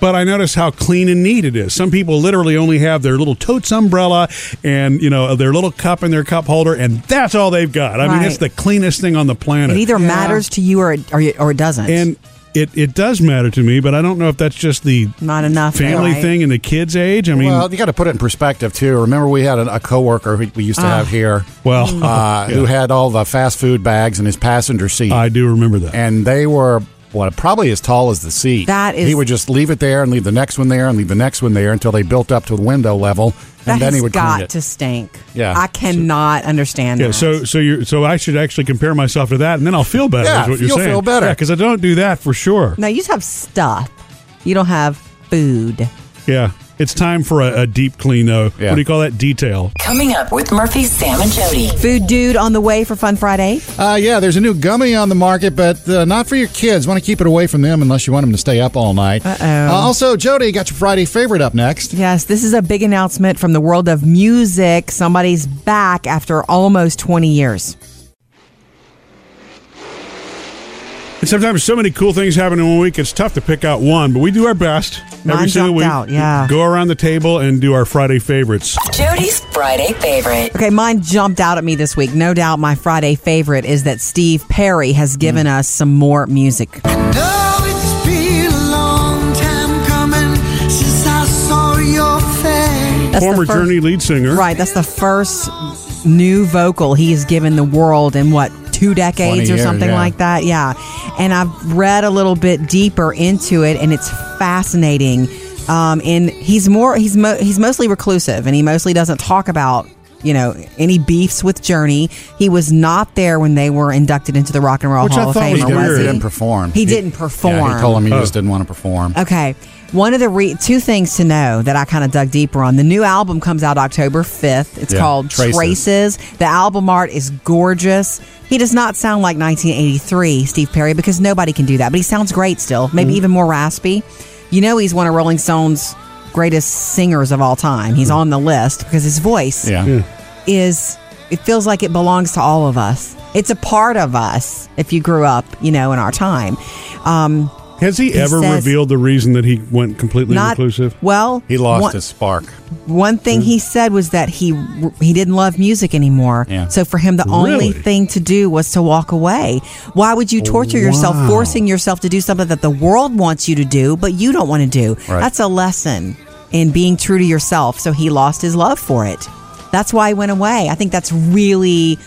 Speaker 1: But I notice how clean and neat it is. Some people literally only have their little totes umbrella and you know their little cup in their cup holder, and that's all they've got. I mean,
Speaker 2: Right.
Speaker 1: it's the cleanest thing on the planet.
Speaker 2: It either matters to you or it, or, it- or it doesn't.
Speaker 1: and it, it does matter to me, but I don't know if that's just the
Speaker 2: Not enough
Speaker 1: family
Speaker 2: right?
Speaker 1: thing and the kids' age. I mean,
Speaker 3: well, you got to put it in perspective too. Remember, we had a, a coworker who we used to
Speaker 1: Ah.
Speaker 3: have here,
Speaker 1: well,
Speaker 3: uh,
Speaker 1: yeah.
Speaker 3: who had all the fast food bags in his passenger seat.
Speaker 1: I do remember that.
Speaker 3: and they were what probably as tall as the seat.
Speaker 2: That is-
Speaker 3: he would just leave it there and leave the next one there and leave the next one there until they built up to the window level,
Speaker 2: That
Speaker 3: and then
Speaker 2: has
Speaker 3: he would
Speaker 2: got
Speaker 3: clean it.
Speaker 2: to stink.
Speaker 3: Yeah.
Speaker 2: I cannot understand
Speaker 1: Yeah,
Speaker 2: that.
Speaker 1: so so you so I should actually compare myself to that, and then I'll feel better.
Speaker 3: Yeah,
Speaker 1: is what you're
Speaker 3: you'll
Speaker 1: saying.
Speaker 3: feel better.
Speaker 1: Yeah, because I don't do that for sure.
Speaker 2: no, you just have stuff. You don't have food.
Speaker 1: Yeah, it's time for a, a deep clean though.
Speaker 3: Yeah.
Speaker 1: What do you call that? Detail.
Speaker 4: Coming up with Murphy, Sam, and Jody.
Speaker 2: Food dude on the way for Fun Friday.
Speaker 3: Uh, yeah, there's a new gummy on the market, but uh, not for your kids. Want to keep it away from them unless you want them to stay up all night. Uh, also, Jody got your Friday favorite up next.
Speaker 2: Yes, this is a big announcement from the world of music. Somebody's back after almost 20 years.
Speaker 1: And sometimes so many cool things happen in one week, it's tough to pick out one, but we do our best every
Speaker 2: Mine
Speaker 1: single
Speaker 2: jumped out,
Speaker 1: week.
Speaker 2: yeah.
Speaker 1: Go around the table and do our Friday favorites.
Speaker 4: Jody's Friday favorite.
Speaker 2: Okay, mine jumped out at me this week. No doubt my Friday favorite is that Steve Perry has given
Speaker 1: Mm.
Speaker 2: us some more music.
Speaker 15: Oh, it's been a long time coming since I saw your face.
Speaker 2: That's the
Speaker 1: Former
Speaker 2: first-
Speaker 1: Journey lead singer.
Speaker 2: Right, that's the first new vocal he has given the world in what two decades
Speaker 1: 20
Speaker 2: or
Speaker 1: years,
Speaker 2: something
Speaker 1: yeah.
Speaker 2: like that. Yeah, and I've read a little bit deeper into it, and it's fascinating. Um, and he's more he's mo- he's mostly reclusive, and he mostly doesn't talk about you know any beefs with Journey. He was not there when they were inducted into the Rock and Roll
Speaker 3: Which
Speaker 2: Hall
Speaker 3: I
Speaker 2: of
Speaker 3: thought
Speaker 2: Fame.
Speaker 3: was
Speaker 2: or
Speaker 3: weird. Oh.
Speaker 2: he?
Speaker 3: He didn't perform.
Speaker 2: Uh-huh. He,
Speaker 3: He-
Speaker 2: didn't perform.
Speaker 3: Yeah, he told him he just didn't want to perform.
Speaker 2: Okay. One of the re- two things to know that I kind of dug deeper on the new album comes out October 5th. It's
Speaker 3: Yeah,
Speaker 2: called Traces.
Speaker 3: Traces.
Speaker 2: The album art is gorgeous. He does not sound like 1983 Steve Perry because nobody can do that, but he sounds great still, maybe
Speaker 3: Mm-hmm.
Speaker 2: even more raspy. You know, he's one of Rolling Stone's greatest singers of all time. He's on the list because his voice
Speaker 3: Mm-hmm. Yeah. Yeah.
Speaker 2: is it feels like it belongs to all of us. It's a part of us if you grew up, you know, in our time. Um,
Speaker 1: Has he, ever
Speaker 2: says-
Speaker 1: revealed the reason that he went completely
Speaker 2: Not-
Speaker 1: reclusive?
Speaker 2: well, He lost one- his
Speaker 3: spark.
Speaker 2: One thing he said was that he he didn't love music anymore.
Speaker 3: Yeah.
Speaker 2: So for him, the only
Speaker 3: Really?
Speaker 2: thing to do was to walk away. Why would you torture yourself,
Speaker 3: Wow.
Speaker 2: forcing yourself to do something that the world wants you to do, but you don't want to do?
Speaker 3: Right.
Speaker 2: That's a lesson in being true to yourself. So he lost his love for it. That's why he went away. I think that's really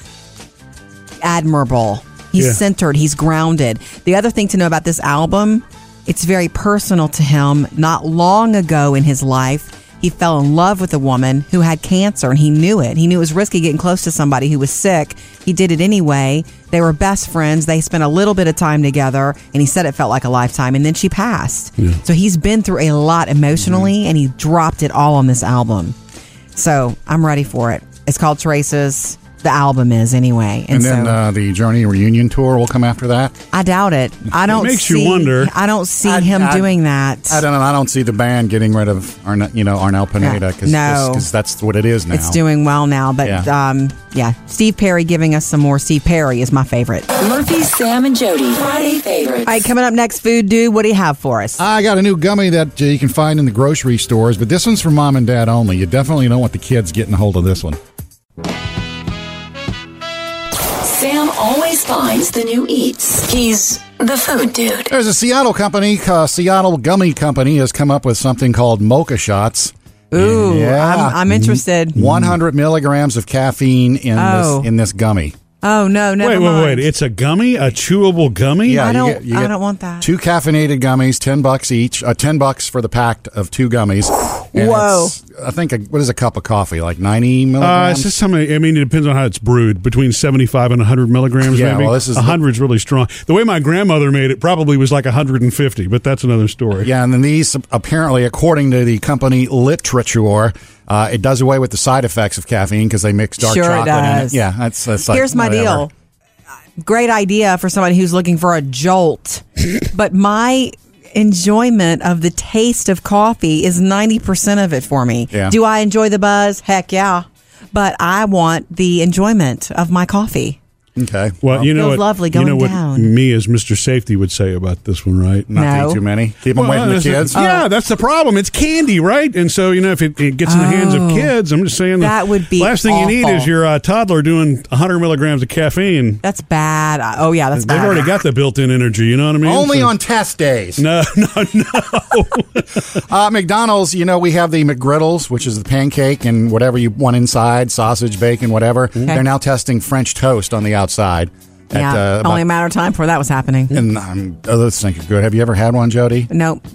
Speaker 2: admirable. He's
Speaker 16: Yeah.
Speaker 2: centered. He's grounded. The other thing to know about this album, it's very personal to him. Not long ago in his life, he fell in love with a woman who had cancer and he knew it. He knew it was risky getting close to somebody who was sick. He did it anyway. They were best friends. They spent a little bit of time together and he said it felt like a lifetime and then she passed.
Speaker 17: Yeah.
Speaker 2: So he's been through a lot emotionally and he dropped it all on this album. So I'm ready for it. It's called Traces. The album is anyway.
Speaker 3: And, then
Speaker 2: so,
Speaker 3: uh, the Journey reunion tour will come after that.
Speaker 2: I doubt it. I don't.
Speaker 3: makes you
Speaker 2: see-
Speaker 3: wonder.
Speaker 2: I don't see him
Speaker 3: I-
Speaker 2: doing that.
Speaker 3: I don't know. I don't see the band getting rid of Arne, you know Arnel Pineda because
Speaker 2: No.
Speaker 3: that's what it is now.
Speaker 2: It's doing well now, but
Speaker 3: Yeah.
Speaker 2: um, yeah. Steve Perry giving us some more. Steve Perry is my favorite.
Speaker 4: Murphy, Sam, and Jody. Friday
Speaker 2: All
Speaker 4: favorites.
Speaker 2: right, coming up next, food dude. What do you have for us?
Speaker 3: I got a new gummy that uh, you can find in the grocery stores, but this one's for mom and dad only. You definitely don't want the kids getting a hold of this one.
Speaker 4: Sam always finds the new eats. He's the food dude.
Speaker 3: There's a Seattle company, uh, Seattle Gummy Company, has come up with something called Mocha Shots.
Speaker 2: Ooh, I'm- I'm interested.
Speaker 3: Hmm. 100 milligrams of caffeine in
Speaker 2: Oh.
Speaker 3: this in this gummy.
Speaker 2: Oh no, never
Speaker 1: wait,
Speaker 2: mind.
Speaker 1: wait, wait. It's a gummy, a chewable gummy?
Speaker 3: Yeah,
Speaker 2: I
Speaker 3: you
Speaker 2: don't.
Speaker 3: get- you
Speaker 2: I
Speaker 3: get
Speaker 2: don't want that.
Speaker 3: Two caffeinated gummies, ten bucks each. Uh, ten bucks for the pack of two gummies. And
Speaker 2: Whoa.
Speaker 3: it's, I think a, what is a cup of coffee like ninety
Speaker 1: Uh,
Speaker 3: milligrams?
Speaker 1: it's just how many. I mean, it depends on how it's brewed. Between seventy-five and one hundred milligrams,
Speaker 3: Yeah,
Speaker 1: maybe.
Speaker 3: well, this is the-
Speaker 1: 100 is really strong. The way my grandmother made it, probably was like hundred and fifty, but that's another story.
Speaker 3: yeah, and then these apparently, according to the company Literature, uh, it does away with the side effects of caffeine because they mix dark
Speaker 2: Sure it
Speaker 3: chocolate
Speaker 2: does.
Speaker 3: in it. Yeah, that's that's like
Speaker 2: Here's my
Speaker 3: whatever.
Speaker 2: deal. Great idea for somebody who's looking for a jolt, but my enjoyment of the taste of coffee is 90% of it for me.
Speaker 18: Yeah.
Speaker 2: Do I enjoy the buzz? Heck yeah. But I want the enjoyment of my coffee.
Speaker 3: Okay.
Speaker 1: Well, you know
Speaker 2: Feels
Speaker 1: what?
Speaker 2: lovely
Speaker 1: you know
Speaker 2: going
Speaker 1: what
Speaker 2: down.
Speaker 1: me as Mr. Safety would say about this one, right?
Speaker 3: Not No. eat too many. Keep 'em away from the
Speaker 1: that's-
Speaker 3: kids.
Speaker 1: yeah, that's the problem. It's candy, right? And so you know, if it, it gets in the hands of
Speaker 2: Oh.
Speaker 1: kids, I'm just saying the
Speaker 2: That would be
Speaker 1: last thing you need
Speaker 2: awful.
Speaker 1: is your uh, toddler doing 100 milligrams of caffeine.
Speaker 2: That's bad. I- Oh yeah, that's
Speaker 1: They've
Speaker 2: bad.
Speaker 1: already got the built-in energy. You know what I mean?
Speaker 3: Only
Speaker 1: So-
Speaker 3: on test days.
Speaker 1: No, no,
Speaker 3: Uh, McDonald's, you know, we have the McGriddles, which is the pancake and whatever you want inside, sausage, bacon, whatever.
Speaker 1: Mm-hmm.
Speaker 3: They're now testing French toast on the outside. at,
Speaker 2: yeah,
Speaker 3: uh, about-
Speaker 2: only a matter of time before that was happening.
Speaker 3: and um, oh, those things are good. Have you ever had one, Jody?
Speaker 2: Nope.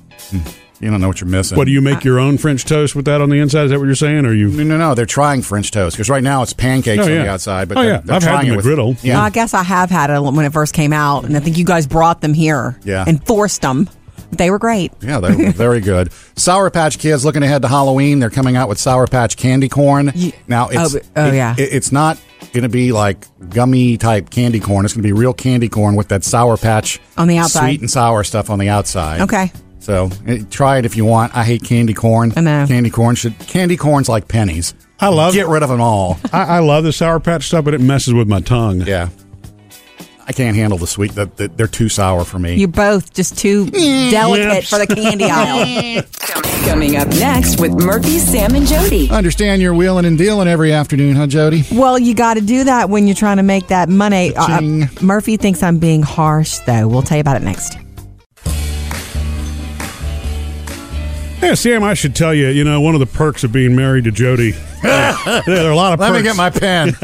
Speaker 3: You don't know what you're missing.
Speaker 1: What do you
Speaker 2: Uh,
Speaker 1: make your own French toast with that on the inside? Is that what you're saying? Or you?
Speaker 3: No, no, no. They're trying French toast because right now it's pancakes
Speaker 1: Oh,
Speaker 3: on the
Speaker 1: yeah.
Speaker 3: outside. But
Speaker 1: Oh,
Speaker 3: they're,
Speaker 1: yeah.
Speaker 3: they're
Speaker 1: I've had
Speaker 3: trying
Speaker 1: the
Speaker 3: it with
Speaker 1: McGriddle.
Speaker 2: Well,
Speaker 3: Yeah,
Speaker 2: I guess I have had it when it first came out, and I think you guys brought them here
Speaker 3: Yeah.
Speaker 2: and forced them. They were great.
Speaker 3: yeah, they were very good. Sour Patch Kids looking ahead to Halloween. They're coming out with Sour Patch candy corn. Now it's
Speaker 2: but- oh,
Speaker 3: it-
Speaker 2: yeah.
Speaker 3: it- it's not going to be like gummy type candy corn. It's going to be real candy corn with that Sour Patch
Speaker 2: On the outside.
Speaker 3: sweet and sour stuff on the outside.
Speaker 2: Okay.
Speaker 3: So eh, try it if you want. I hate candy corn. I know candy corn should candy corn's like pennies.
Speaker 1: I love
Speaker 3: get rid of them all.
Speaker 1: I, I love the Sour Patch stuff, but it messes with my tongue.
Speaker 3: Yeah. I can't handle the sweet. That that- they're too sour for me.
Speaker 2: You're both just too delicate
Speaker 3: Lips.
Speaker 2: for the candy aisle.
Speaker 4: Coming up next with Murphy, Sam, and Jody.
Speaker 3: Understand you're wheeling and dealing every afternoon, huh, Jody?
Speaker 2: Well, you got to do that when you're trying to make that money. Uh, Murphy thinks I'm being harsh, though. We'll tell you about it next.
Speaker 1: Yeah, Sam, I should tell you, you know, one of the perks of being married to Jody. yeah, there are a lot of
Speaker 3: Let me
Speaker 1: perks.
Speaker 3: get my pen.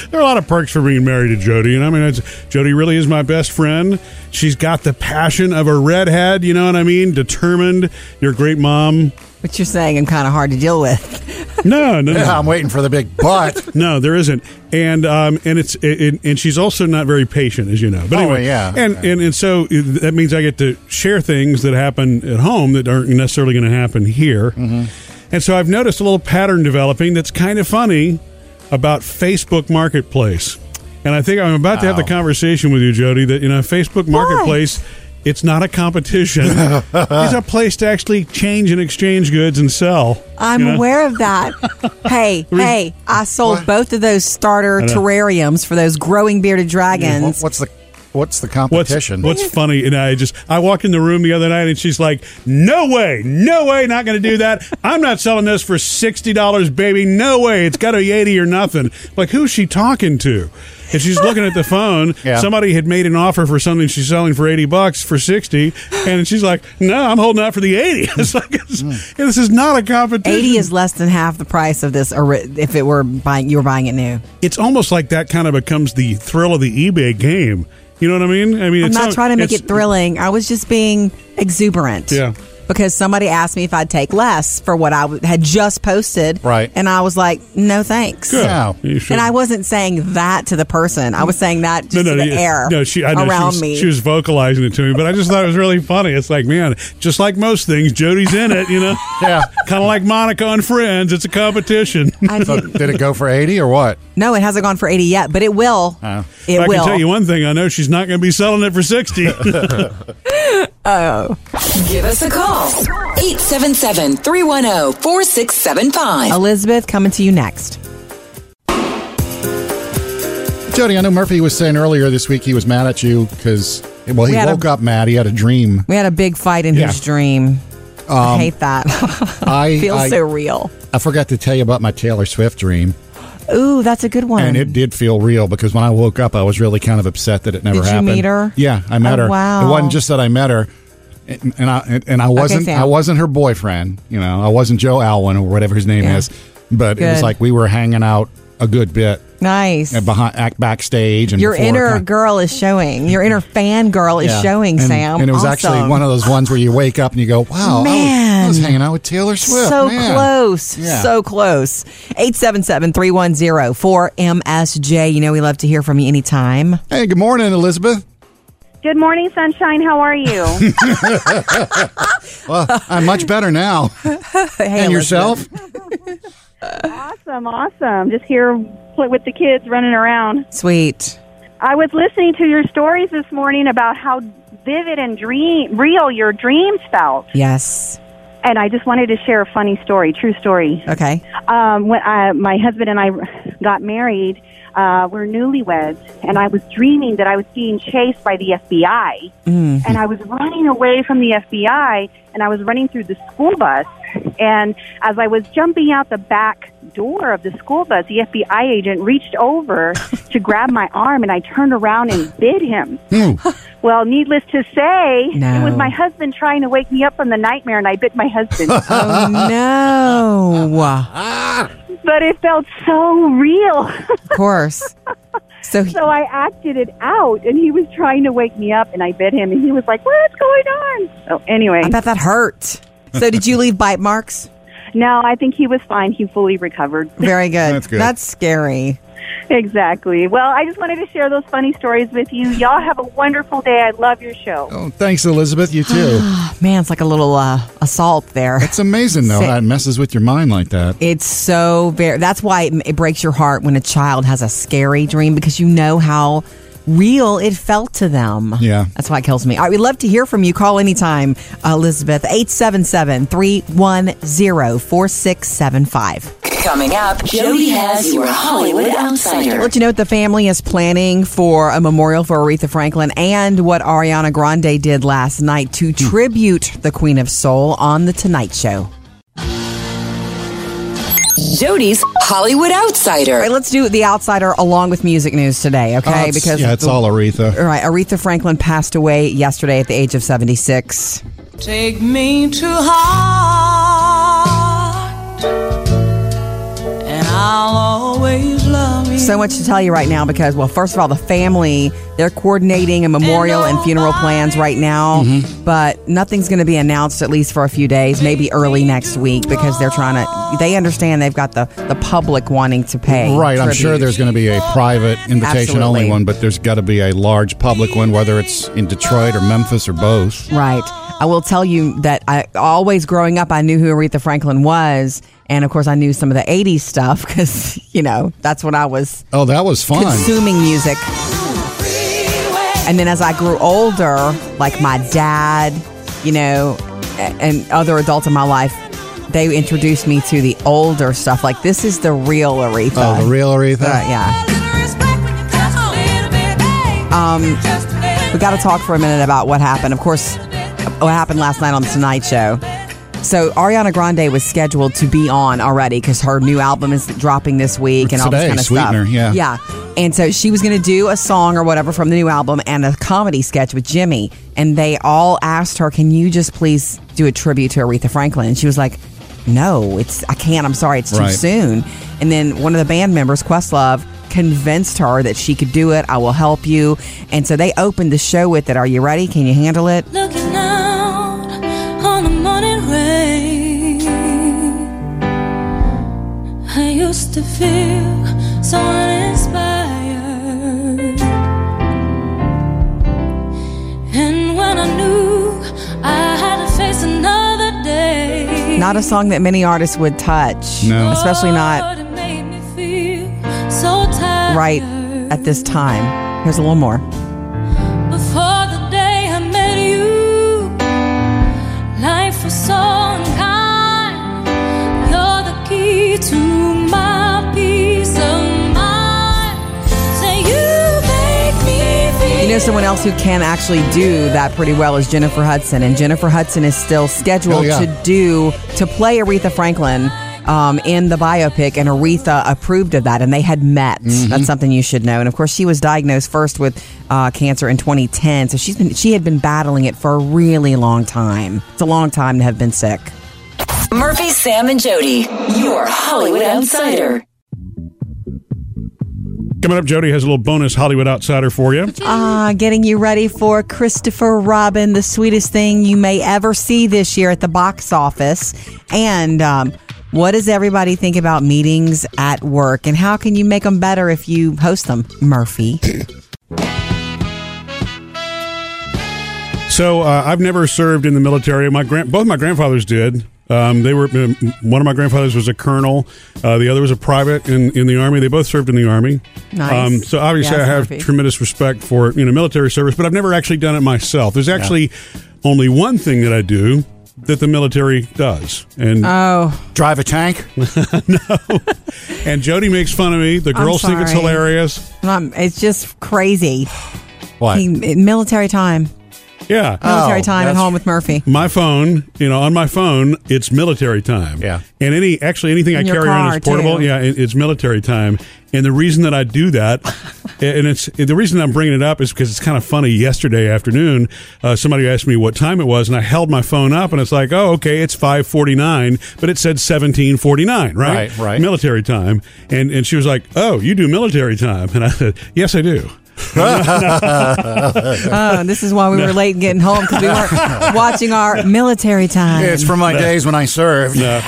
Speaker 1: there are a lot of perks for being married to Jody, and I mean, it's, Jody really is my best friend. She's got the passion of a redhead, you know what I mean? Determined. You're a great mom.
Speaker 2: What you're saying, I'm kind of hard to deal with.
Speaker 1: No, no, no.
Speaker 2: Yeah, I'm
Speaker 3: waiting for the big butt.
Speaker 1: no, there isn't, and um, and it's it, it- and she's also not very patient, as you know. But
Speaker 3: Oh,
Speaker 1: anyway,
Speaker 3: yeah.
Speaker 1: and, and and so uh, that means I get to share things that happen at home that aren't necessarily going to happen here.
Speaker 3: Mm-hmm.
Speaker 1: And so I've noticed a little pattern developing that's kind of funny about Facebook Marketplace. And I think I'm about to have the
Speaker 3: Wow.
Speaker 1: conversation with you, Jody, that you know Facebook Marketplace. It's not a competition. it's a place to actually change and exchange goods and sell.
Speaker 2: I'm
Speaker 1: you know?
Speaker 2: aware of that. hey, hey, I sold both of those starter
Speaker 1: I know.
Speaker 2: terrariums for those growing bearded dragons.
Speaker 3: What's the what's the
Speaker 1: What's,
Speaker 3: competition?
Speaker 1: what's funny, and I just I walked in the room the other night, and she's like, "No way, no way, not going to do that. I'm not selling this for sixty dollars, baby. No way. It's got to be eighty or nothing." Like, who's she talking to? And she's looking at the phone.
Speaker 3: Yeah.
Speaker 1: Somebody had made an offer for something she's selling for eighty bucks for sixty, and she's like, "No, I'm holding out for the 80 It's like it's, this is not a competition.
Speaker 2: 80 is less than half the price of this ori- if it were buying you were buying it new.
Speaker 1: it's almost like that kind of becomes the thrill of the eBay game. You know what I mean? I mean,
Speaker 2: I'm
Speaker 1: it's
Speaker 2: not
Speaker 1: some-
Speaker 2: trying to make
Speaker 1: it's-
Speaker 2: it thrilling. I was just being exuberant.
Speaker 1: Yeah.
Speaker 2: Because somebody asked me if I'd take less for what I w- had just posted.
Speaker 3: Right.
Speaker 2: And I was like, no thanks.
Speaker 1: Good. Yeah. You should.
Speaker 2: And I wasn't saying that to the person. I was saying that just in the
Speaker 1: yeah.
Speaker 2: air
Speaker 1: No, she, I know,
Speaker 2: around
Speaker 1: she was,
Speaker 2: me.
Speaker 1: She was vocalizing it to me, but I just thought it was really funny. It's like, man, just like most things, Jody's in it, you know?
Speaker 3: yeah.
Speaker 1: kind of like Monica on Friends. It's a competition.
Speaker 3: So did it go for eighty or what?
Speaker 2: no, it hasn't gone for 80 yet, but it will.
Speaker 1: Uh,
Speaker 2: It
Speaker 1: I
Speaker 2: will.
Speaker 1: can tell you one thing. I know she's not going to be selling it for 60
Speaker 2: Oh.
Speaker 4: Give us a call. 877 310 4675.
Speaker 2: Elizabeth, coming to you next.
Speaker 3: Jody, I know Murphy was saying earlier this week he was mad at you because well he
Speaker 2: We had a-
Speaker 3: woke up mad. He had a dream.
Speaker 2: We had a big fight in
Speaker 3: Yeah.
Speaker 2: his dream. I
Speaker 3: Um,
Speaker 2: hate that.
Speaker 3: I-
Speaker 2: feels
Speaker 3: I-
Speaker 2: so real.
Speaker 3: I forgot to tell you about my Taylor Swift dream,
Speaker 2: Ooh, that's a good one.
Speaker 3: and it did feel real because when I woke up, I was really kind of upset that it never
Speaker 2: Did you
Speaker 3: happened.
Speaker 2: meet her?
Speaker 3: Yeah, I met
Speaker 2: Oh,
Speaker 3: her.
Speaker 2: wow.
Speaker 3: It wasn't just that I met her, and, and I and, and I wasn't
Speaker 2: Sam.
Speaker 3: I wasn't her boyfriend. You know, I wasn't Joe Alwyn or whatever his name
Speaker 2: Yeah.
Speaker 3: is, but it was
Speaker 2: Good.
Speaker 3: like we were hanging out a good bit
Speaker 2: nice.
Speaker 3: and behind act backstage and
Speaker 2: Your
Speaker 3: before
Speaker 2: inner
Speaker 3: kind of-
Speaker 2: girl is showing. Your inner fan girl is
Speaker 3: Yeah.
Speaker 2: showing,
Speaker 3: And-
Speaker 2: Sam.
Speaker 3: And it was
Speaker 2: Awesome.
Speaker 3: actually one of those ones where you wake up and you go, "Wow, I was- I,
Speaker 2: Man.
Speaker 3: was, hanging out with Taylor Swift."
Speaker 2: So
Speaker 3: man."
Speaker 2: close.
Speaker 3: Yeah.
Speaker 2: So close. 877 310 4MSJ. You know, we love to hear from you anytime.
Speaker 3: Hey, good morning, Elizabeth.
Speaker 16: Good morning, sunshine. How are you?
Speaker 3: Well, Uh, I'm much better now. and yourself?
Speaker 16: awesome, awesome. Just here play with the kids running around.
Speaker 2: Sweet.
Speaker 16: I was listening to your stories this morning about how vivid and dream real your dreams felt,
Speaker 2: Yes.
Speaker 16: and I just wanted to share a funny story, true story.
Speaker 2: Okay.
Speaker 16: Um, when I, my husband and I got married, uh, we're newlyweds, and I was dreaming that I was being chased by the FBI.
Speaker 2: Mm.
Speaker 16: and I was running away from the FBI and I was running through the school bus and as I was jumping out the back door of the school bus the FBI agent reached over to grab my arm and I turned around and bit him.
Speaker 3: Hmm.
Speaker 16: Well, needless to say, it was
Speaker 2: No.
Speaker 16: my husband trying to wake me up from the nightmare and I bit my husband.
Speaker 2: Oh, no.
Speaker 16: but it felt so real.
Speaker 2: Of course. So, he-
Speaker 16: So I acted it out and he was trying to wake me up and I bit him and he was like, "What's going on?" So anyway,
Speaker 2: I bet that hurt. So, did you leave bite marks?
Speaker 16: No, I think he was fine. He fully recovered.
Speaker 2: Very good.
Speaker 16: That's good.
Speaker 2: That's scary.
Speaker 16: Exactly. Well, I just wanted to share those funny stories with you. Y'all have a wonderful day. I love your show.
Speaker 3: Oh, thanks, Elizabeth. You too.
Speaker 2: Man, it's like a little uh, assault there.
Speaker 3: It's amazing, though, how it messes with your mind like that.
Speaker 2: It's so very. That's why it, it breaks your heart when a child has a scary dream because you know how real it felt to them.
Speaker 3: Yeah.
Speaker 2: That's why it kills me. All right, we'd love to hear from you. Call anytime, Elizabeth, 877 310 4675.
Speaker 4: Coming up, Jody has your Hollywood Outsider.
Speaker 2: Well, do you know what the family is planning for a memorial for Aretha Franklin and what Ariana Grande did last night
Speaker 3: Hmm.
Speaker 2: to tribute the Queen of Soul on The Tonight Show?
Speaker 4: Jody's Hollywood Outsider.
Speaker 2: All right, let's do The Outsider along with music news today, okay?
Speaker 3: Oh, it's- yeah, it's all Aretha.
Speaker 2: All right, Aretha Franklin passed away yesterday at the age of 76.
Speaker 14: Take me to heart, and I'll always love you.
Speaker 2: So much to tell you right now because, well, first of all, the family, they're coordinating a memorial and funeral plans right now,
Speaker 3: Mm-hmm.
Speaker 2: but nothing's going to be announced at least for a few days, maybe early next week because they're trying to, they understand they've got the, the public wanting to pay.
Speaker 3: Right, I'm
Speaker 2: tribute.
Speaker 3: sure there's going to be a private invitation
Speaker 2: Absolutely.
Speaker 3: only one, but there's got to be a large public one, whether it's in Detroit or Memphis or both.
Speaker 2: Right. I will tell you that I always growing up, I knew who Aretha Franklin was. And of course, I knew some of the 80s stuff because, you know, that's when I was
Speaker 3: Oh, that was fun.
Speaker 2: consuming music. And then as I grew older, like my dad, you know, a- and other adults in my life, they introduced me to the older stuff. Like, this is the real Aretha.
Speaker 3: Oh, the real Aretha?
Speaker 2: Uh, yeah. Um, we got to talk for a minute about what happened. Of course, what happened last night on the Tonight Show. So Ariana Grande was scheduled to be on already because her new album is dropping this week and all this
Speaker 3: Today,
Speaker 2: kind of
Speaker 3: Sweetener,
Speaker 2: stuff.
Speaker 3: yeah.
Speaker 2: yeah. And so she was going to do a song or whatever from the new album and a comedy sketch with Jimmy. And they all asked her, "Can you just please do a tribute to Aretha Franklin?" And she was like, "No, it's I can't. I'm sorry, it's too
Speaker 17: Right.
Speaker 2: soon." soon. And then one of the band members, Questlove, convinced her that she could do it. I will help you. And so they opened the show with it. Are you ready? Can you handle it?
Speaker 14: Looking out on the morning rain, I used to feel so uninspired. And when I knew I had to face another day,
Speaker 2: Not a song that many artists would touch.
Speaker 14: No.
Speaker 2: Especially not
Speaker 14: Lord, it made me feel so tired.
Speaker 2: right at this time. Here's a little more.
Speaker 14: Before the day I met you, life was so unkind. You're the key to my peace of mind. Say you make me feel.
Speaker 2: You know, someone else who can actually do that pretty well is Jennifer Hudson, and Jennifer Hudson is still scheduled
Speaker 14: Oh, yeah.
Speaker 2: to do to play Aretha Franklin um, in the biopic, and Aretha approved of that, and they had met.
Speaker 14: Mm-hmm.
Speaker 2: That's something you should know. And of course, she was diagnosed first with uh, cancer in 2010, so she's been she had been battling it for a really long time. It's a long time to have been sick.
Speaker 4: Murphy, Sam, and Jody, your Hollywood Outsider.
Speaker 1: Coming up, Jody has a little bonus Hollywood Outsider for you.
Speaker 2: Uh, getting you ready for Christopher Robin, the sweetest thing you may ever see this year at the box office. And um, what does everybody think about meetings at work? And how can you make them better if you host them, Murphy?
Speaker 1: So uh, I've never served in the military. My grand, both my grandfathers did. Um, they were um, one of my grandfathers was a colonel, uh, the other was a private in, in the army. They both served in the army. Um,
Speaker 18: Nice.
Speaker 1: so obviously, I
Speaker 18: Yes,
Speaker 1: have
Speaker 18: Murphy.
Speaker 1: tremendous respect for you know military service, but I've never actually done it myself. There's actually only one thing that I do that the military does, and
Speaker 2: oh,
Speaker 1: drive a tank. no, and Jody makes fun of me. The
Speaker 2: I'm
Speaker 1: girls think it's
Speaker 2: sorry.
Speaker 1: hilarious.
Speaker 2: Um, it's just crazy.
Speaker 1: What?
Speaker 2: He- military time.
Speaker 1: Yeah,
Speaker 2: Military time at home with Murphy.
Speaker 1: my phone, you know, on my phone, it's military time. Yeah. And any, actually, anything
Speaker 2: In
Speaker 1: I
Speaker 2: your
Speaker 1: carry around
Speaker 2: car,
Speaker 1: is portable.
Speaker 2: too.
Speaker 1: Yeah, it, it's military time. And the reason that I do that, and it's the reason I'm bringing it up is because it's kind of funny. Yesterday afternoon, uh, somebody asked me what time it was, and I held my phone up, and it's like, oh, okay, it's 5:49, but it said 17:49, right?
Speaker 3: Right, right.
Speaker 1: Military time. And and she was like, oh, you do military time, and I said, yes, I do.
Speaker 2: Oh, this is why we
Speaker 1: No.
Speaker 2: were late getting home because we were watching our military time.
Speaker 1: No. No. uh,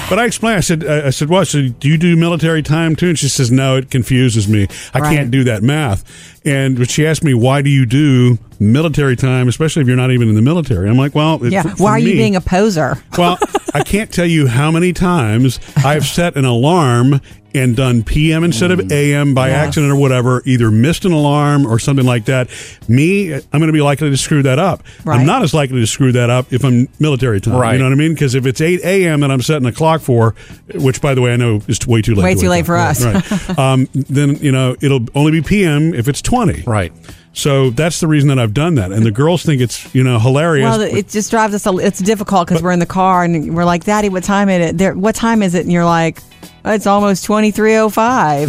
Speaker 1: But I explained. I said, uh, I I said, "What? So do you do military time too?" And she says, "No, it confuses me. I
Speaker 2: Right.
Speaker 1: can't do that math." And but she asked me, "Why do you do military time, especially if you're not even in the military. I'm like, well, it-
Speaker 2: yeah.
Speaker 1: for- for
Speaker 2: Why are you
Speaker 1: me-
Speaker 2: being a poser?
Speaker 1: well, I can't tell you how many times I've set an alarm and done PM instead
Speaker 2: Mm.
Speaker 1: of AM by accident or whatever, either missed an alarm or something like that. Me, I'm going to be likely to screw that up.
Speaker 2: Right.
Speaker 1: I'm not as likely to screw that up if I'm military time. You
Speaker 12: Right.
Speaker 1: know what I mean? Because if it's 8 AM that I'm setting a clock for, which by the way, I know is way too late.
Speaker 2: Way
Speaker 1: to
Speaker 2: too
Speaker 1: wake
Speaker 2: late
Speaker 1: up.
Speaker 2: for
Speaker 1: Right,
Speaker 2: us.
Speaker 1: Right. um, then, you know, it'll only be PM if it's 20.
Speaker 3: Right.
Speaker 1: So that's the reason that I've done that. And the girls think it's, you know, hilarious.
Speaker 2: Well, it just drives us. A, it's difficult because we're in the car and we're like, "Daddy, what time is it? There, what time is it?" And you're like, "It's almost twenty three oh five.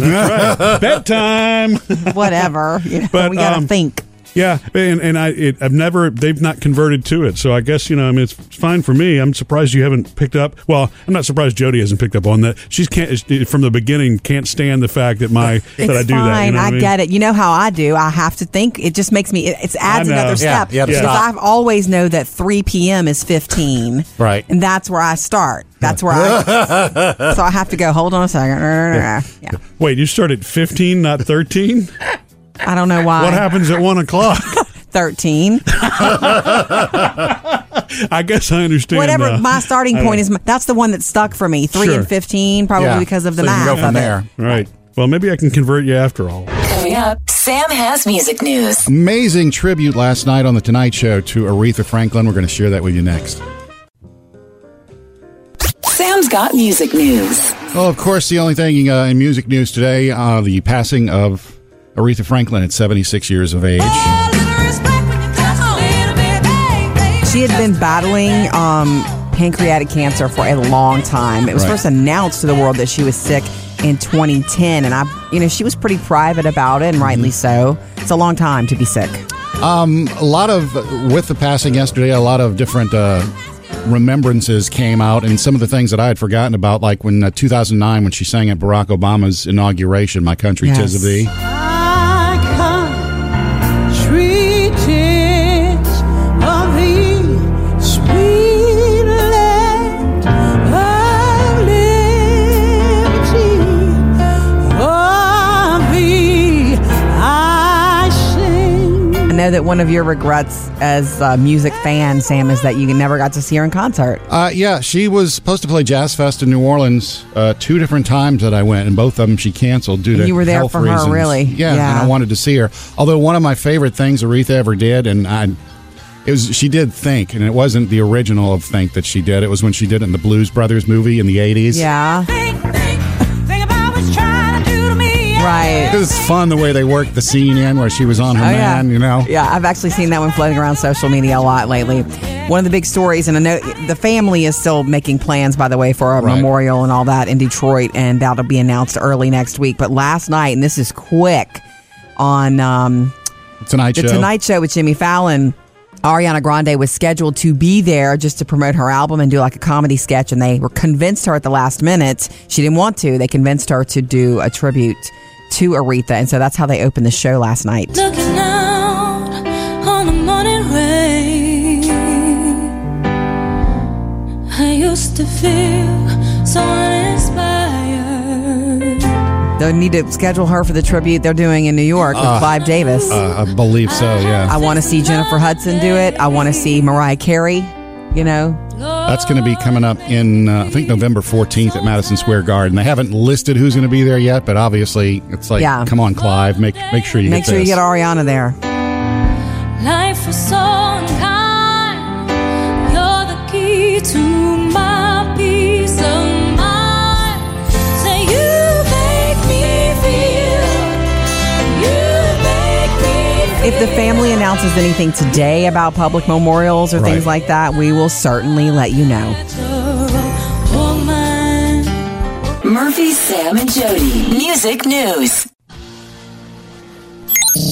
Speaker 1: That's right. Bedtime.
Speaker 2: Whatever. You know,
Speaker 1: But,
Speaker 2: we gotta
Speaker 1: um,
Speaker 2: think.
Speaker 1: Yeah, and and I it, I've never they've not converted to it, so I guess you know I mean it's fine for me. I'm surprised you haven't picked up. Well, I'm not surprised Jody hasn't picked up on that. She's can't is- from the beginning can't stand the fact that my
Speaker 2: It's
Speaker 1: that I do
Speaker 2: fine.
Speaker 1: that. You know
Speaker 2: I,
Speaker 1: what mean?
Speaker 2: get it. You know how I do. I have to think. It just makes me. It, it adds
Speaker 1: I know.
Speaker 2: another
Speaker 1: Yeah,
Speaker 2: step.
Speaker 1: you have to
Speaker 2: because
Speaker 1: stop.
Speaker 2: I've always know that three p.m. is fifteen.
Speaker 3: Right.
Speaker 2: And that's where I start. That's where I. so I have to go. Hold on a second. Yeah.
Speaker 1: Wait, you start at 15, not 13.
Speaker 2: I don't know why.
Speaker 1: What happens at one o'clock?
Speaker 2: Thirteen.
Speaker 1: I guess I understand.
Speaker 2: Whatever
Speaker 1: uh,
Speaker 2: my starting
Speaker 1: I
Speaker 2: point
Speaker 1: know.
Speaker 2: is, my- that's the one that stuck for me. Three
Speaker 1: Sure.
Speaker 2: and fifteen, probably
Speaker 1: Yeah.
Speaker 2: because of the math of it.
Speaker 1: Right. Well, maybe I can convert you after all.
Speaker 4: Coming up, Sam has music news.
Speaker 3: Amazing tribute last night on The Tonight Show to Aretha Franklin. We're going to share that with you next.
Speaker 4: Sam's got music news.
Speaker 3: Well, of course, the only thing uh, in music news today, uh, the passing of Aretha Franklin at 76 years of age.
Speaker 2: She had been battling um, pancreatic cancer for a long time. It was
Speaker 3: Right.
Speaker 2: first announced to the world that she was sick in 2010, and I, you know, she was pretty private about
Speaker 1: Mm-hmm.
Speaker 2: it, and rightly so. It's a long time to be sick.
Speaker 3: Um, a lot of, with the passing yesterday, a lot of different uh, remembrances came out, and some of the things that I had forgotten about, like when uh, 2009, when she sang at Barack Obama's inauguration, My Country Tis of Thee.
Speaker 2: I know that one of your regrets as a music fan, Sam, is that you never got to see her in concert.
Speaker 3: Uh, yeah, she was supposed to play Jazz Fest in New Orleans uh, two different times that I went, and both of them she canceled due to
Speaker 2: You were there
Speaker 3: health
Speaker 2: for her,
Speaker 3: reasons.
Speaker 2: really?
Speaker 3: Yeah, and
Speaker 2: Yeah.
Speaker 3: I wanted to see her. Although one of my favorite things Aretha ever did, and I, it was she did Think, and it wasn't the original of Think that she did. It was when she did it in the Blues Brothers movie in the eighties.
Speaker 2: Yeah. Right.
Speaker 3: Because it's fun the way they worked the scene in where she was on her
Speaker 2: Oh, yeah.
Speaker 3: man, you know.
Speaker 2: Yeah, I've actually seen that one floating around social media a lot lately. One of the big stories, and I know the family is still making plans, by the way, for a memorial and all that in Detroit, and that'll be announced early next week. But last night, and this is quick, on um,
Speaker 3: Tonight
Speaker 2: the
Speaker 3: Show.
Speaker 2: Tonight Show with Jimmy Fallon. Ariana Grande was scheduled to be there just to promote her album and do like a comedy sketch, and they were convinced her at the last minute. She didn't want to. They convinced her to do a tribute to Aretha, and so that's how they opened the show last night.
Speaker 14: Looking out on the morning rain. I used to feel so uninspired.
Speaker 2: They need to schedule her for the tribute they're doing in New York with
Speaker 3: Uh,
Speaker 2: Clive Davis.
Speaker 3: Uh, I believe so. Yeah.
Speaker 2: I want to see Jennifer Hudson do it. I want to see Mariah Carey. You know,
Speaker 3: That's going to be coming up in, uh, I think, November 14th at Madison Square Garden. They haven't listed who's going to be there yet, but obviously it's like,
Speaker 2: Yeah.
Speaker 3: come on, Clive, make make sure you
Speaker 2: make
Speaker 3: get
Speaker 2: sure you
Speaker 3: this.
Speaker 2: get Ariana there.
Speaker 14: Life was so unkind. You're the key to my peace of mind. Say you make me feel. You make me feel.
Speaker 2: If the family announces anything today about public memorials or things
Speaker 14: Right.
Speaker 2: like that, we will certainly let you know.
Speaker 4: Murphy, Sam, and Jody. Music news.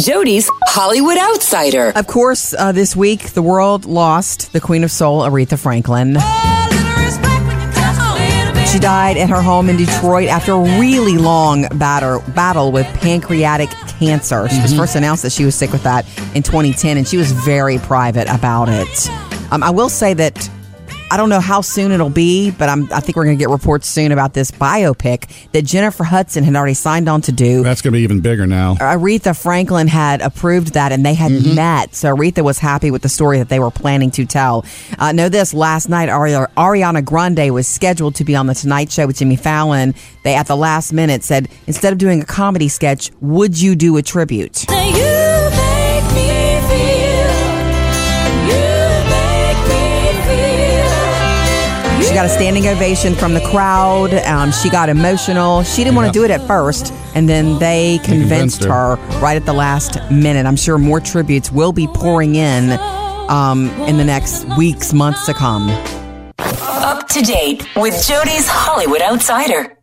Speaker 4: Jody's Hollywood Outsider.
Speaker 2: Of course, uh, this week the world lost the Queen of Soul, Aretha Franklin. She died at her home in Detroit after a really long batter, battle with pancreatic cancer. She was
Speaker 17: Mhm.
Speaker 2: first announced that she was sick with that in 2010, and she was very private about it. Um, I will say that I don't know how soon it'll be, but I'm, I think we're going to get reports soon about this biopic that Jennifer Hudson had already signed on to do.
Speaker 3: That's going to be even bigger now.
Speaker 2: Aretha Franklin had approved that and they had
Speaker 3: Mm-hmm.
Speaker 2: met. So Aretha was happy with the story that they were planning to tell. Uh, know this last night, Ari- Ariana Grande was scheduled to be on The Tonight Show with Jimmy Fallon. They, at the last minute, said, instead of doing a comedy sketch, would you do a tribute? She got a standing ovation from the crowd. Um, she got emotional. She didn't want to do it at first, and then they convinced,
Speaker 3: convinced her.
Speaker 2: her right at the last minute. I'm sure more tributes will be pouring in um, in the next weeks, months to come.
Speaker 4: Up to date with Jody's Hollywood Outsider.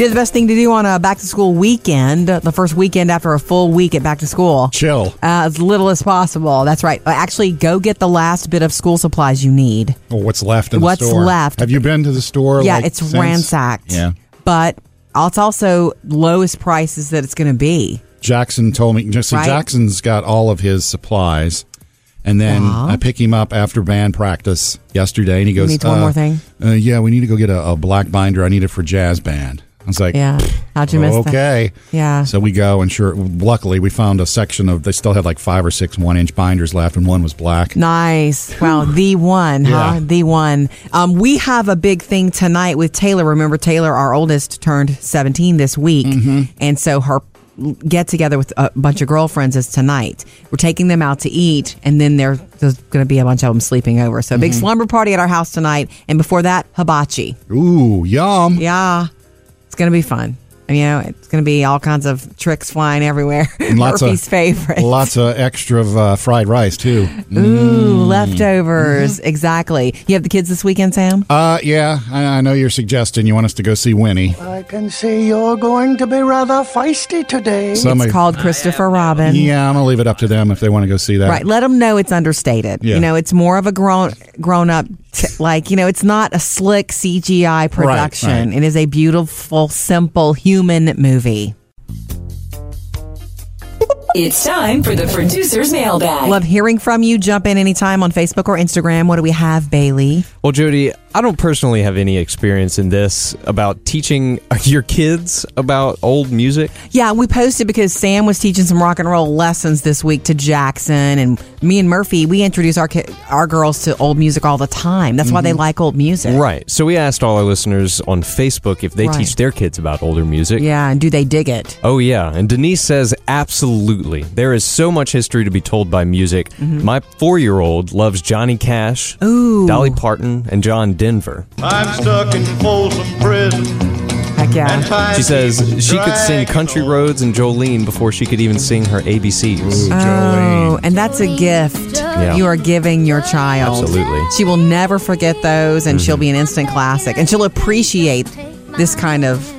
Speaker 2: You know, the best thing to do on a back to school weekend, the first weekend after a full week at back to school.
Speaker 3: Chill.
Speaker 2: Uh, as little as possible. That's right. Uh, Actually, go get the last bit of school supplies you need.
Speaker 3: Well, Oh, what's left in
Speaker 2: What's
Speaker 3: the store?
Speaker 2: left?
Speaker 3: Have you been to the store?
Speaker 2: Yeah,
Speaker 3: like,
Speaker 2: it's
Speaker 3: since?
Speaker 2: ransacked.
Speaker 3: Yeah.
Speaker 2: But it's also lowest prices that it's going to be.
Speaker 3: Jackson told me. So
Speaker 2: Right.
Speaker 3: Jackson's got all of his supplies, and then
Speaker 2: Yeah.
Speaker 3: I pick him up after band practice yesterday, and he
Speaker 2: You
Speaker 3: goes,
Speaker 2: need one
Speaker 3: uh,
Speaker 2: more thing?"
Speaker 3: uh, yeah, we need to go get a, a black binder. I need it for jazz band." I was like,
Speaker 2: Yeah. How'd you miss that?
Speaker 3: Okay.
Speaker 2: Yeah.
Speaker 3: So we go, and sure, luckily we found a section of. They still had like five or six one-inch binders left, and one was black.
Speaker 2: Nice. Wow. The one, huh?
Speaker 3: Yeah.
Speaker 2: The one. Um, we have a big thing tonight with Taylor. Remember, Taylor, our oldest, turned 17 this week.
Speaker 3: Mm-hmm.
Speaker 2: And so her get together with a bunch of girlfriends is tonight. We're taking them out to eat, and then there- there's going to be a bunch of them sleeping over. So, a big
Speaker 3: Mhm.
Speaker 2: slumber party at our house tonight. And before that, hibachi.
Speaker 3: Ooh, yum.
Speaker 2: Yeah. It's going to be fun. And, you know, it's going to be all kinds of tricks flying everywhere.
Speaker 3: And lots
Speaker 2: Murphy's
Speaker 3: of
Speaker 2: favorite.
Speaker 3: Lots of extra uh, fried rice too. Mm.
Speaker 2: Ooh,
Speaker 3: Mm-hmm.
Speaker 2: leftovers. Exactly. You have the kids this weekend, Sam?
Speaker 3: Uh, yeah, I, I know you're suggesting you want us to go see Winnie.
Speaker 17: I can see you're going to be rather feisty today.
Speaker 3: Somebody-
Speaker 2: it's called Christopher Robin.
Speaker 3: Yeah, I'm gonna leave it up to them if they want to go see that.
Speaker 2: Right. Let them know it's understated.
Speaker 3: Yeah.
Speaker 2: You know, it's more of a grown grown up t- like, you know, it's not a slick CGI production.
Speaker 3: right.
Speaker 2: It is a beautiful, simple human movie.
Speaker 4: It's time for the producer's mailbag.
Speaker 2: Love hearing from you. Jump in anytime on Facebook or Instagram. What do we have, Bailey?
Speaker 12: Well, Jody, I don't personally have any experience in this about teaching your kids about old music.
Speaker 2: Yeah, we posted because Sam was teaching some rock and roll lessons this week to Jackson, and me and Murphy we introduce our ki- our girls to old music all the time. That's why they like old music,
Speaker 12: Right. So we asked all our listeners on Facebook if they
Speaker 2: Right.
Speaker 12: teach their kids about older music.
Speaker 2: Yeah, and do they dig it?
Speaker 12: Oh, yeah. And Denise says, absolutely. There is so much history to be told by music.
Speaker 19: Mm-hmm.
Speaker 2: Mhm.
Speaker 12: My four year old loves Johnny Cash,
Speaker 2: Ooh.
Speaker 12: Dolly Parton, and John Denver.
Speaker 18: I'm stuck in Folsom Prison.
Speaker 2: Heck
Speaker 18: yeah.
Speaker 12: She says she could sing Country Roads and Jolene before she could even sing her ABCs.
Speaker 2: Oh, and that's a gift you are giving your child.
Speaker 12: Absolutely. Mm-hmm.
Speaker 2: she will never forget those, and she'll be an instant classic, and she'll appreciate this kind of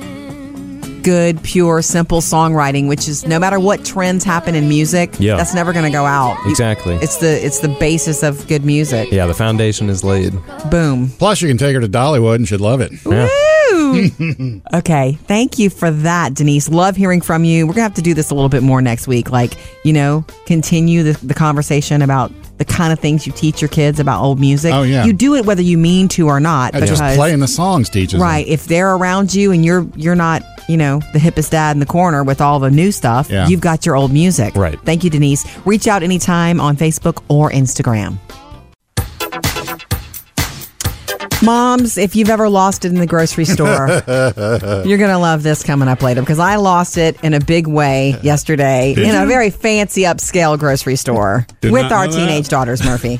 Speaker 2: good, pure, simple songwriting, which is no matter what trends happen in music,
Speaker 12: Yeah.
Speaker 2: that's never going to go out.
Speaker 12: Exactly.
Speaker 2: It's the it's the basis of good music.
Speaker 12: Yeah, the foundation is laid.
Speaker 2: Boom.
Speaker 3: Plus, you can take her to Dollywood and she'd love it.
Speaker 2: Woo! okay. Thank you for that, Denise. Love hearing from you. We're going to have to do this a little bit more next week. Like, you know, continue the, the conversation about the kind of things you teach your kids about old music.
Speaker 3: Oh, yeah.
Speaker 2: You do it whether you mean to or not.
Speaker 3: Yeah, just
Speaker 2: because-
Speaker 3: playing the songs teaches them.
Speaker 2: Right. If they're around you and you're you're not, you know, the hippest dad in the corner with all the new stuff,
Speaker 3: Yeah.
Speaker 2: you've got your old music. Right. Thank you, Denise. Reach out anytime on Facebook or Instagram. Moms, if you've ever lost it in the grocery store, you're going to love this coming up later because I lost it in a big way yesterday
Speaker 1: Did
Speaker 2: in a
Speaker 1: you?
Speaker 2: very fancy upscale grocery store
Speaker 1: Did
Speaker 2: with
Speaker 1: not
Speaker 2: our
Speaker 1: know that.
Speaker 2: teenage daughters, Murphy.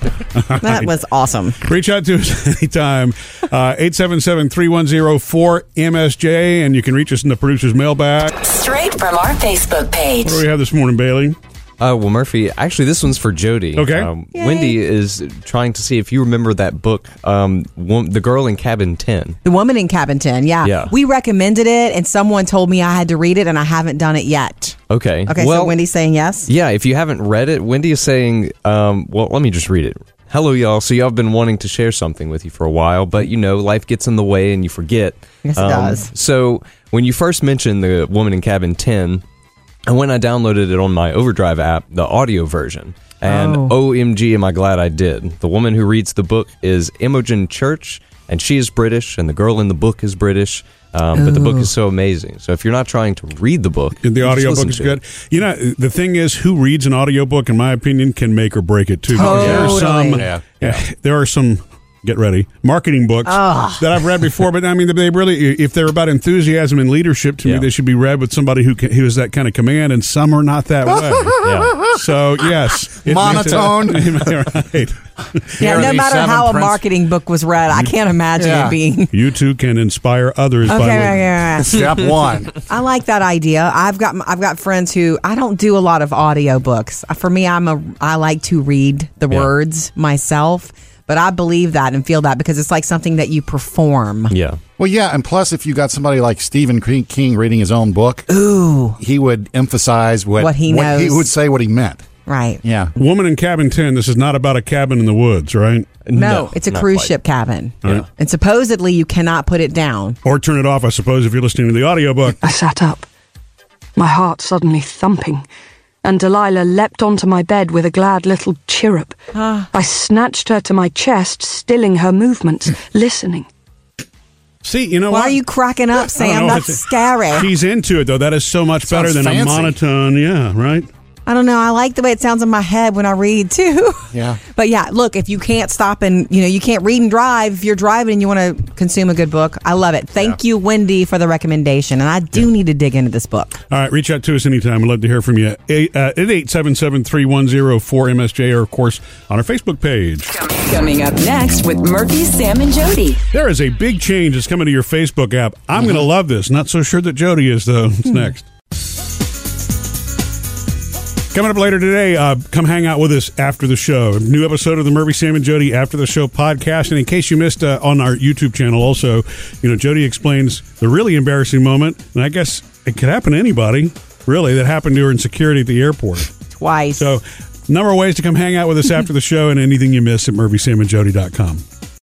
Speaker 2: that was awesome.
Speaker 1: Reach out to us anytime, uh, 877 310 4MSJ, and you can reach us in the producer's mailbag.
Speaker 4: Straight from our Facebook page.
Speaker 1: What do we have this morning, Bailey?
Speaker 12: Uh, well, Murphy, actually, this one's for Jody.
Speaker 1: Okay.
Speaker 12: Um, Wendy is trying to see if you remember that book, um, one, The Girl in Cabin 10.
Speaker 2: The Woman in Cabin 10. Yeah.
Speaker 12: Yeah.
Speaker 2: We recommended it, and someone told me I had to read it, and I haven't done it yet.
Speaker 12: Okay.
Speaker 2: Okay,
Speaker 12: well,
Speaker 2: so Wendy's saying yes.
Speaker 12: Yeah, if you haven't read it, Wendy is saying, um, well, let me just read it. Hello, y'all. So, y'all have been wanting to share something with you for a while, but you know, life gets in the way and you forget.
Speaker 2: Yes, it does.
Speaker 12: um, So, when you first mentioned The Woman in Cabin 10, and when I downloaded it on my Overdrive app, the audio version, And
Speaker 20: Oh.
Speaker 12: OMG, am I glad I did. The woman who reads the book is Imogen Church, and she is British, and the girl in the book is British. Um, but the book
Speaker 1: Ooh.
Speaker 12: is so amazing. So if you're not trying to read the book,
Speaker 1: The
Speaker 12: just listen
Speaker 1: audiobook is
Speaker 12: to
Speaker 1: good.
Speaker 12: it.
Speaker 1: You know, the thing is, who reads an audiobook, in my opinion, can make or break it too. Because
Speaker 12: Totally.
Speaker 1: There are some,
Speaker 12: Yeah.
Speaker 1: there are some, get ready, marketing books
Speaker 12: Ugh.
Speaker 1: that I've read before, but I mean, they really, if they're about enthusiasm and leadership to me, they should be read with somebody who, can, who is that kind of command, and some are not that way.
Speaker 12: Yeah.
Speaker 1: So, yes. it makes it-
Speaker 3: Monotone.
Speaker 1: You're right.
Speaker 2: Yeah, no matter how a marketing book was read, I can't imagine
Speaker 1: Yeah.
Speaker 2: it being.
Speaker 1: You too can inspire others
Speaker 2: Okay,
Speaker 1: by
Speaker 2: right,
Speaker 1: living.
Speaker 2: right, right. I like that idea. I've got I've got friends who I don't do a lot of audiobooks. For me, I'm a I like to read the words myself, but I believe that and feel that because it's like something that you perform.
Speaker 12: Yeah.
Speaker 3: Well, yeah, and plus, if you got somebody like Stephen King- King reading his own book,
Speaker 2: ooh,
Speaker 3: he would emphasize what
Speaker 1: What he knows.
Speaker 3: would say what he meant.
Speaker 2: Right.
Speaker 3: Yeah.
Speaker 1: Woman in Cabin 10, this is not about a cabin in the woods, right?
Speaker 2: No, it's a cruise ship cabin.
Speaker 1: All right.
Speaker 2: And supposedly you cannot put it down.
Speaker 1: Or turn it off, I suppose, if you're listening to the audiobook.
Speaker 19: I sat up, my heart suddenly thumping, and Delilah leapt onto my bed with a glad little chirrup. I snatched her to my chest, stilling her movements, listening.
Speaker 1: See, you know
Speaker 2: Why
Speaker 1: what?
Speaker 2: are you cracking up,
Speaker 1: I don't
Speaker 2: Sam?
Speaker 1: know.
Speaker 2: That's scary.
Speaker 1: She's into it though. That is so much
Speaker 2: Sounds
Speaker 1: better than a
Speaker 2: fancy.
Speaker 1: monotone. Yeah, right.
Speaker 2: I don't know. I like the way it sounds in my head when I read too.
Speaker 1: Yeah.
Speaker 2: But yeah, look, if you can't stop and, you know, you can't read and drive, if you're driving and you want to consume a good book, I love it. Thank you, Wendy, for the recommendation. And I do need to dig into this book.
Speaker 1: All right, reach out to us anytime. We'd love to hear from you. Eight- uh, At 877 310 4MSJ or, of course, on our Facebook page.
Speaker 4: Coming up next with Murphy, Sam, and Jody.
Speaker 1: There is a big change that's coming to your Facebook app. I'm going to love this. Not so sure that Jody is, though. It's next. Coming up later today, uh, come hang out with us after the show. New episode of the Murphy, Sam, and Jody After the Show podcast. And in case you missed uh, on our YouTube channel, also, you know, Jody explains the really embarrassing moment. And I guess it could happen to anybody, really, that happened to her in security at the airport.
Speaker 2: Twice.
Speaker 1: So, number of ways to come hang out with us after the show and anything you miss at murphysamandjody.com.